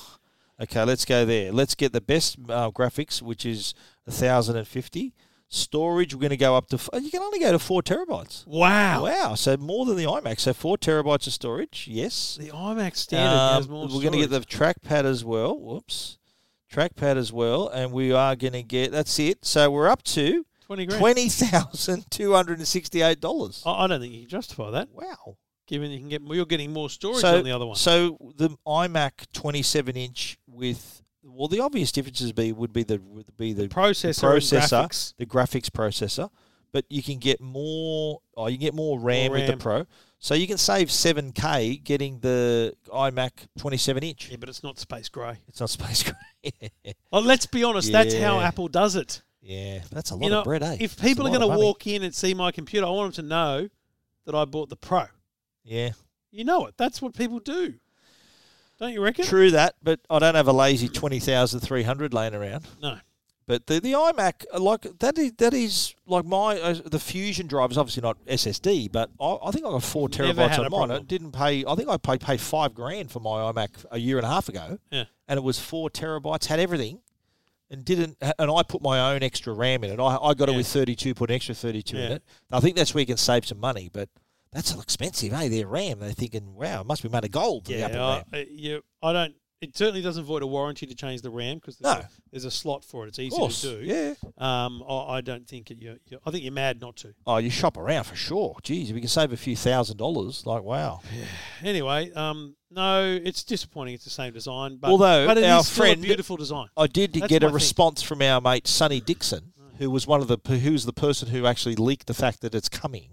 okay, let's go there. Let's get the best uh, graphics, which is thousand and fifty. Storage, we're going to go up to. f- You can only go to four terabytes. Wow. Wow, so more than the iMac. So four terabytes of storage. Yes. The iMac standard has Um, more. we're going to get the storage. trackpad as well. Whoops, trackpad as well, and we are going to get. That's it. So we're up to twenty grand. Oh. twenty thousand two hundred and sixty-eight dollars. I I don't think you can justify that, Wow. given you can get you're getting more storage so on the other one. so the iMac twenty-seven inch with well, the obvious differences be would be the would be the, processor, processor, and graphics. the graphics processor, but you can get more. Oh, you get more RAM, with RAM. the Pro, so you can save seven K getting the iMac twenty-seven inch. Yeah, but it's not space grey. It's not space gray. Well, let's be honest. That's how Yeah. Apple does it. Yeah, that's a lot You know, of bread, eh? if people are It's a lot of going to money. walk in and see my computer, I want them to know that I bought the Pro. yeah, You know it. That's what people do, don't you reckon? true that. But I don't have a lazy twenty thousand three hundred laying around. No. But the the iMac, uh, like that is that is like my uh, the Fusion drive is obviously not SSD, but I, I think I got four Never terabytes had a on mine. I problem. didn't pay. I think I paid paid five grand for my iMac a year and a half ago, Yeah. and it was four terabytes, had everything, and didn't. And I put my own extra RAM in it. I, I got it Yeah. with thirty two, put an extra thirty two in Yeah. it. I think that's where you can save some money, but. That's expensive, eh? Their RAM. They're thinking, wow, it must be made of gold. the Yeah, Apple RAM. I, I- you, I don't. it certainly doesn't void a warranty to change the RAM because there's, No. a- there's a slot for it. It's easy Of course. to do. Yeah. Um, I, I don't think it, you you- I think you're mad not to. Oh, you shop around for sure. Geez, if you can save a few thousand dollars, like wow. Anyway, um, no, it's disappointing. It's the same design, but Although but it is our still friend- Oh, a beautiful design. I did That's get a my thing. response from our mate Sonny Dixon, who was one of the who's the person who actually leaked the fact that it's coming,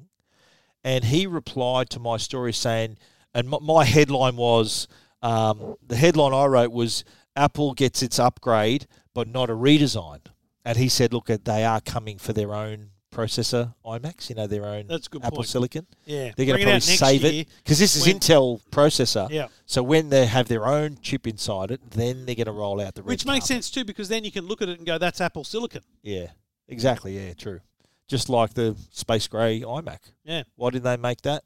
and he replied to my story saying, and my, my headline was um, the headline I wrote was Apple gets its upgrade but not a redesign, and he said, look, they are coming for their own processor IMAX, you know, their own That's a good Apple point. Silicon. Yeah, They're going to Bring it out probably next save year. it because this is when- Intel processor. Yeah. So when they have their own chip inside it, then they're going to roll out the red which makes carpet. sense too because then you can look at it and go, "That's Apple Silicon." Yeah, exactly. Yeah, true. Just like the space grey iMac. Yeah, Why did they make that?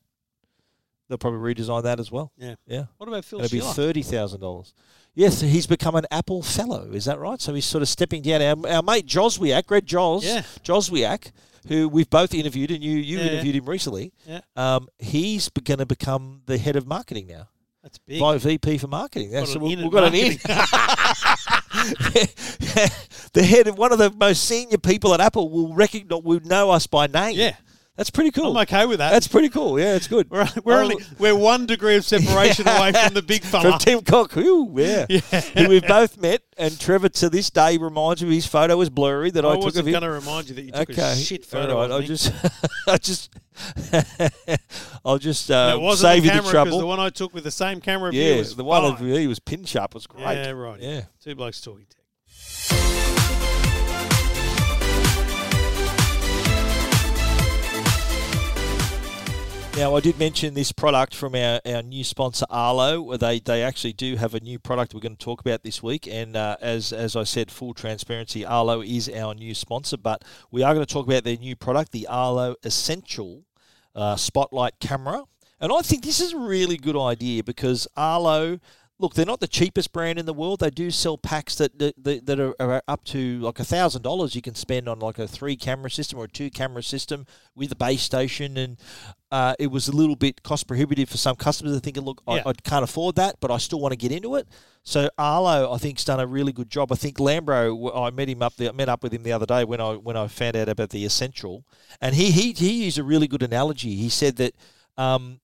They'll probably redesign that as well. yeah. Yeah, What about Phil it'll be Schiller? thirty thousand dollars. Yes, he's become an Apple Fellow. Is that right? So he's sort of stepping down. Our, our mate Joswiak, Red Jos, Yeah. Joswiak, who we've both interviewed, and you you Yeah, yeah. interviewed him recently. Yeah. Um, he's going to become the head of marketing now. That's big. By VP for marketing. That's Got an we- in we've at got an in. the head of one of the most senior people at Apple will recognize, will know us by name. Yeah. that's pretty cool. I'm okay with that. That's pretty cool. Yeah, it's good. we're we're, Oh, only, we're one degree of separation away from the big fella. from Tim Cook. Whew, yeah, who we've both met, and Trevor to this day reminds me his photo was blurry that I, I took wasn't of him. going to remind you that you took Okay. a shit All photo. right, of I'll me. just, I'll just, I'll just And uh, it wasn't save the you camera the 'cause trouble. the one I took with the same camera. of you yeah, was the one fine. of he was pin sharp was great. Yeah, right. Yeah. Two blokes talking tech. Now, I did mention this product from our, our new sponsor, Arlo. where They they actually do have a new product we're going to talk about this week. And uh, as, as I said, full transparency, Arlo is our new sponsor, but we are going to talk about their new product, the Arlo Essential uh, Spotlight Camera. And I think this is a really good idea because Arlo, look, they're not the cheapest brand in the world. They do sell packs that that, that that are, are up to like a thousand dollars you can spend on like a three camera system or a two camera system with a base station. And uh, it was a little bit cost prohibitive for some customers. They're thinking, look, Yeah. I, I can't afford that, but I still want to get into it. So Arlo, I think's done a really good job. I think Lambro, I met him up there, met up with him the other day when I when I found out about the essential, and he he he used a really good analogy. He said that. Um,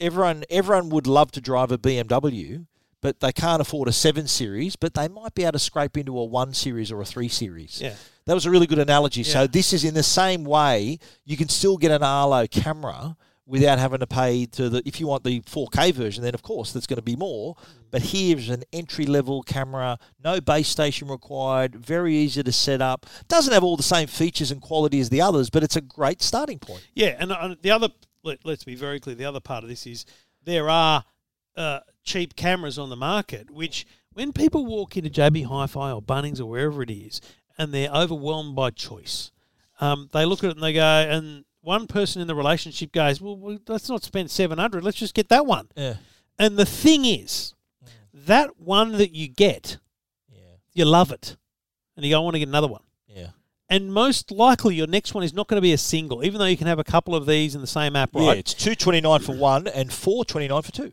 everyone everyone would love to drive a BMW, but they can't afford a seven series, but they might be able to scrape into a one series or a three series. Yeah. That was a really good analogy. So Yeah. this is in the same way you can still get an Arlo camera without having to pay to the if you want the 4K version then of course that's going to be Mm. more but here's an entry level camera no base station required very easy to set up doesn't have all the same features and quality as the others but it's a great starting point Yeah, and uh, the other let, let's be very clear. The other part of this is there are uh, cheap cameras on the market, which when people walk into JB Hi-Fi or Bunnings or wherever it is, and they're overwhelmed by choice, um, they look at it and they go, and one person in the relationship goes, "Well, well let's not spend seven hundred. Let's just get that one." yeah And the thing is, that one that you get, Mm. yeah you love it, and you go, "I want to get another one." yeah and most likely your next one is not going to be a single, even though you can have a couple of these in the same app, Yeah, right? it's two twenty nine for one and four twenty nine for two.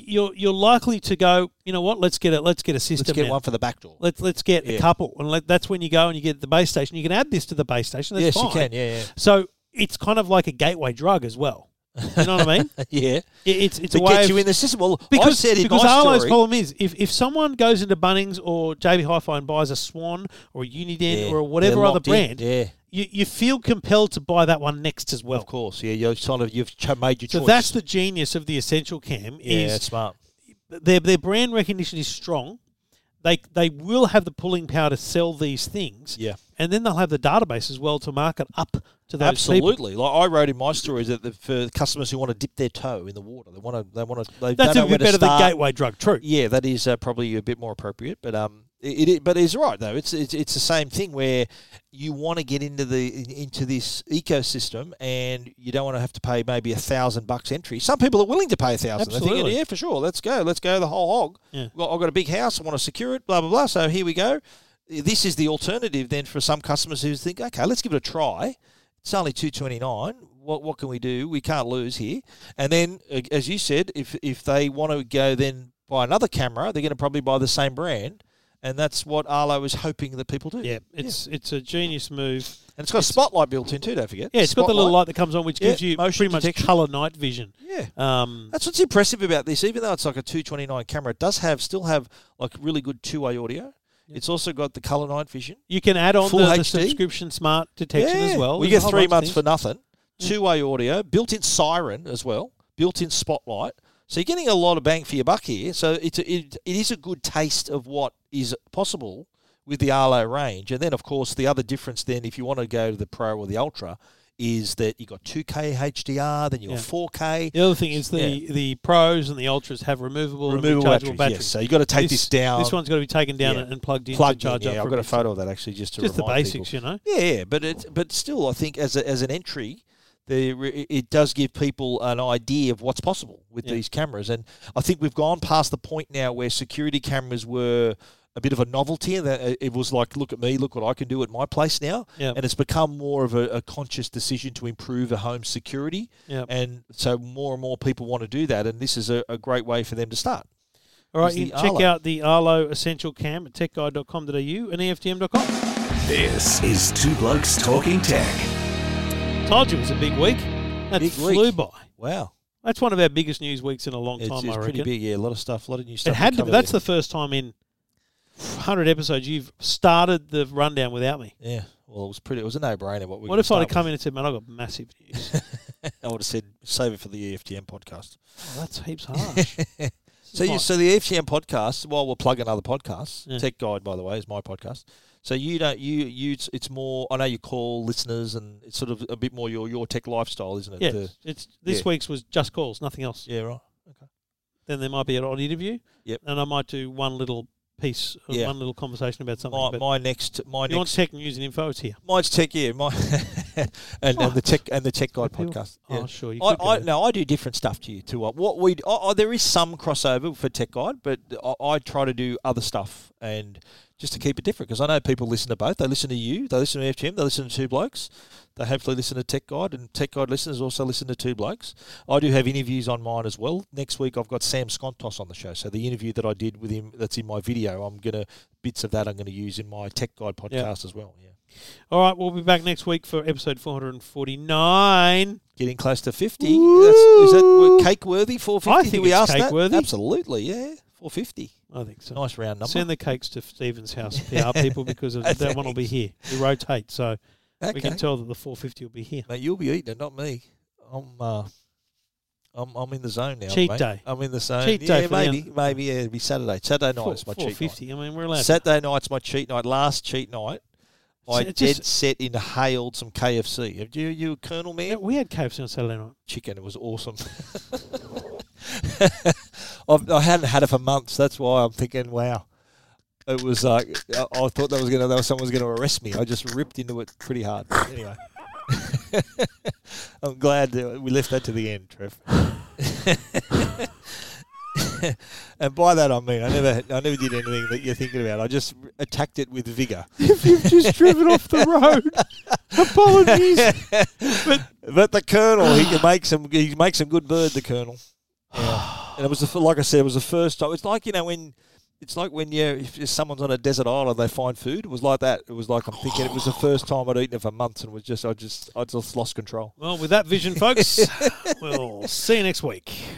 You're you're likely to go, you know what? Let's get it. Let's get a system. Let's get now. one for the back door. Let's let's get Yeah. a couple, and let, that's when you go and you get the base station. You can add this to the base station. That's yes, fine. you can. Yeah, So it's kind of like a gateway drug as well. You know what I mean? yeah, yeah. It- It's it's To a way get of- you in the system. Well, I because, said in because my Arlo's story, problem is if, if someone goes into Bunnings or JB Hi-Fi and buys a Swan or a Uniden Yeah, or they're whatever other locked in. brand, Yeah, you, you feel compelled to buy that one next as well. of course. Yeah, you're sort of you've ch- made your So choice. that's the genius of the essential cam yeah, is that's smart. their their brand recognition is strong. They they will have the pulling power to sell these things. Yeah. And then they'll have the database as well to market up to those people. Absolutely. Like I wrote in my stories that the, for customers who want to dip their toe in the water, they want to. They want to. They That's don't a know where bit to better start. than gateway drug, true. Yeah, that is uh, probably a bit more appropriate, but um, it, it but it's right though. It's it's it's the same thing where you want to get into the in- into this ecosystem, and you don't want to have to pay maybe a thousand bucks entry. Some people are willing to pay a thousand. They're thinking, Absolutely. yeah, for sure, let's go, let's go the whole hog. Yeah. Well, I've got a big house, I want to secure it, blah blah blah. So here we go. This is the alternative then for some customers who think, okay, let's give it a try. It's only two twenty nine. What what can we do? We can't lose here. And then, uh, as you said, if if they want to go then buy another camera, they're going to probably buy the same brand. And that's what Arlo is hoping that people do. Yeah, it's it's a genius move. And it's got a spotlight built in too, don't forget. Yeah, it's got the little Spotlight. light that comes on, which Yeah, gives you motion pretty much detection. color night vision. Yeah. Um, That's what's impressive about this. Even though it's like a 229 camera, it does have still have like really good two-way audio. It's also got the color night vision. you can add on Full the, the HD? subscription smart detection as well. We There's get a whole three bunch months of for nothing. Two-way audio, built-in siren as well, built-in spotlight. So you're getting a lot of bang for your buck here. So it's a, it, it is a good taste of what is possible with the Arlo range. And then of course the other difference then, if you want to go to the Pro or the Ultra, is that you got 2K HDR, then you got Yeah. 4K. The other thing is the, the pros and the ultras have removable, Removable and batteries, rechargeable batteries. yes. So you got to take this, down. This one's got to be taken down Yeah. and, and plugged in plugged to charge in. up. Yeah, for I've got a bit. photo of that actually just to Just the remind basics, people. you know. Yeah, yeah, but it but still, I think as a, as an entry, the re- it does give people an idea of what's possible with Yeah. these cameras, and I think we've gone past the point now where security cameras were a bit of a novelty, and that uh, it was like, look at me, look what I can do at my place now, Yeah. and it's become more of a, a conscious decision to improve a home security, Yeah. and so more and more people want to do that, and this is a, a great way for them to start. All right, is you the can check Arlo. out the Arlo Essential Cam at techguide.com.au and E EFTM.com. This is Two Blokes Talking Tech. Told you it was a big week. Big That week. flew by. Wow, That's one of our biggest news weeks in a long it's, time, it's I pretty reckon. big. Yeah, a lot of stuff, a lot of new stuff. It had we to be. covered That's there. the first time in 100 episodes you've started the rundown without me. yeah. Well, it was pretty. It was a no-brainer. What we What could if I'd have start with. come in and said, man, I've got massive news? I would have said save it for the E EFTM podcast. oh, that's heaps harsh. So, you, so the E EFTM podcast. While we're plugging other podcasts, Yeah. Tech Guide, by the way, is my podcast. So you don't you you it's, it's more. I know you call listeners, and it's sort of a bit more your your tech lifestyle, isn't it? yeah, The- it's, this yeah. week's was just calls, nothing else. yeah, right. then there might be an odd interview. Yep. And I might do one little piece, or Yeah. one little conversation about something. My, but my next my you want next tech news and info, it's here. mine's tech yeah my and, and the tech and the Tech Guide People- podcast. Oh, Yeah. sure. You I, could go I there. no, I do different stuff to you too. Uh, What we oh, oh, there is some crossover for Tech Guide, but I, I try to do other stuff and just to keep it different because I know people listen to both. They listen to you, they listen to FGM, they listen to Two Blokes. They hopefully listen to Tech Guide, and Tech Guide listeners also listen to Two Blokes. I do have interviews on mine as well. Next week I've got Sam Skontos on the show, so the interview that I did with him that's in my video, I'm gonna bits of that I'm gonna use in my Tech Guide podcast as well. Yeah, All right, we'll be back next week for episode 449. getting close to 50. That's, is that cake worthy? 450? I Did think we it's ask that? cake-worthy. Absolutely, yeah. 450. I think so. Nice round number. Send the cakes to Stephen's house, PR people, because of that one will be here. We rotate, so we okay. can tell that the 450 will be here. mate, you'll be eating it, not me. I'm, uh, I'm, I'm in the zone now. Cheat mate. day. I'm in the zone. Cheat yeah, day for the- maybe. Maybe, yeah, it'd be Saturday. Saturday night Four- is my cheat night. 450. I mean, we're allowed. Saturday night's my cheat night. Last cheat night, I It just- dead set inhaled some KFC. Have you, you a Colonel man? Yeah, we had KFC on Saturday night. chicken. It was awesome. I've, I hadn't had it for months. That's why I'm thinking, wow. It was like I, I thought that was gonna that was someone was gonna arrest me. I just ripped into it pretty hard. Anyway, I'm glad that we left that to the end, Trev. and by that I mean I never I never did anything that you're thinking about. I just attacked it with vigor. If you've just driven off the road, apologies. But the colonel, he can make some. He can make some good bird. The colonel. and it was the, f- like I said, it was the first time. It's like you know when. It's like when you if if someone's on a desert island, they find food. It was like that. It was like I'm thinking it was the first time I'd eaten it for months, and was just I just I just lost control. Well, with that vision, folks, we'll see you next week.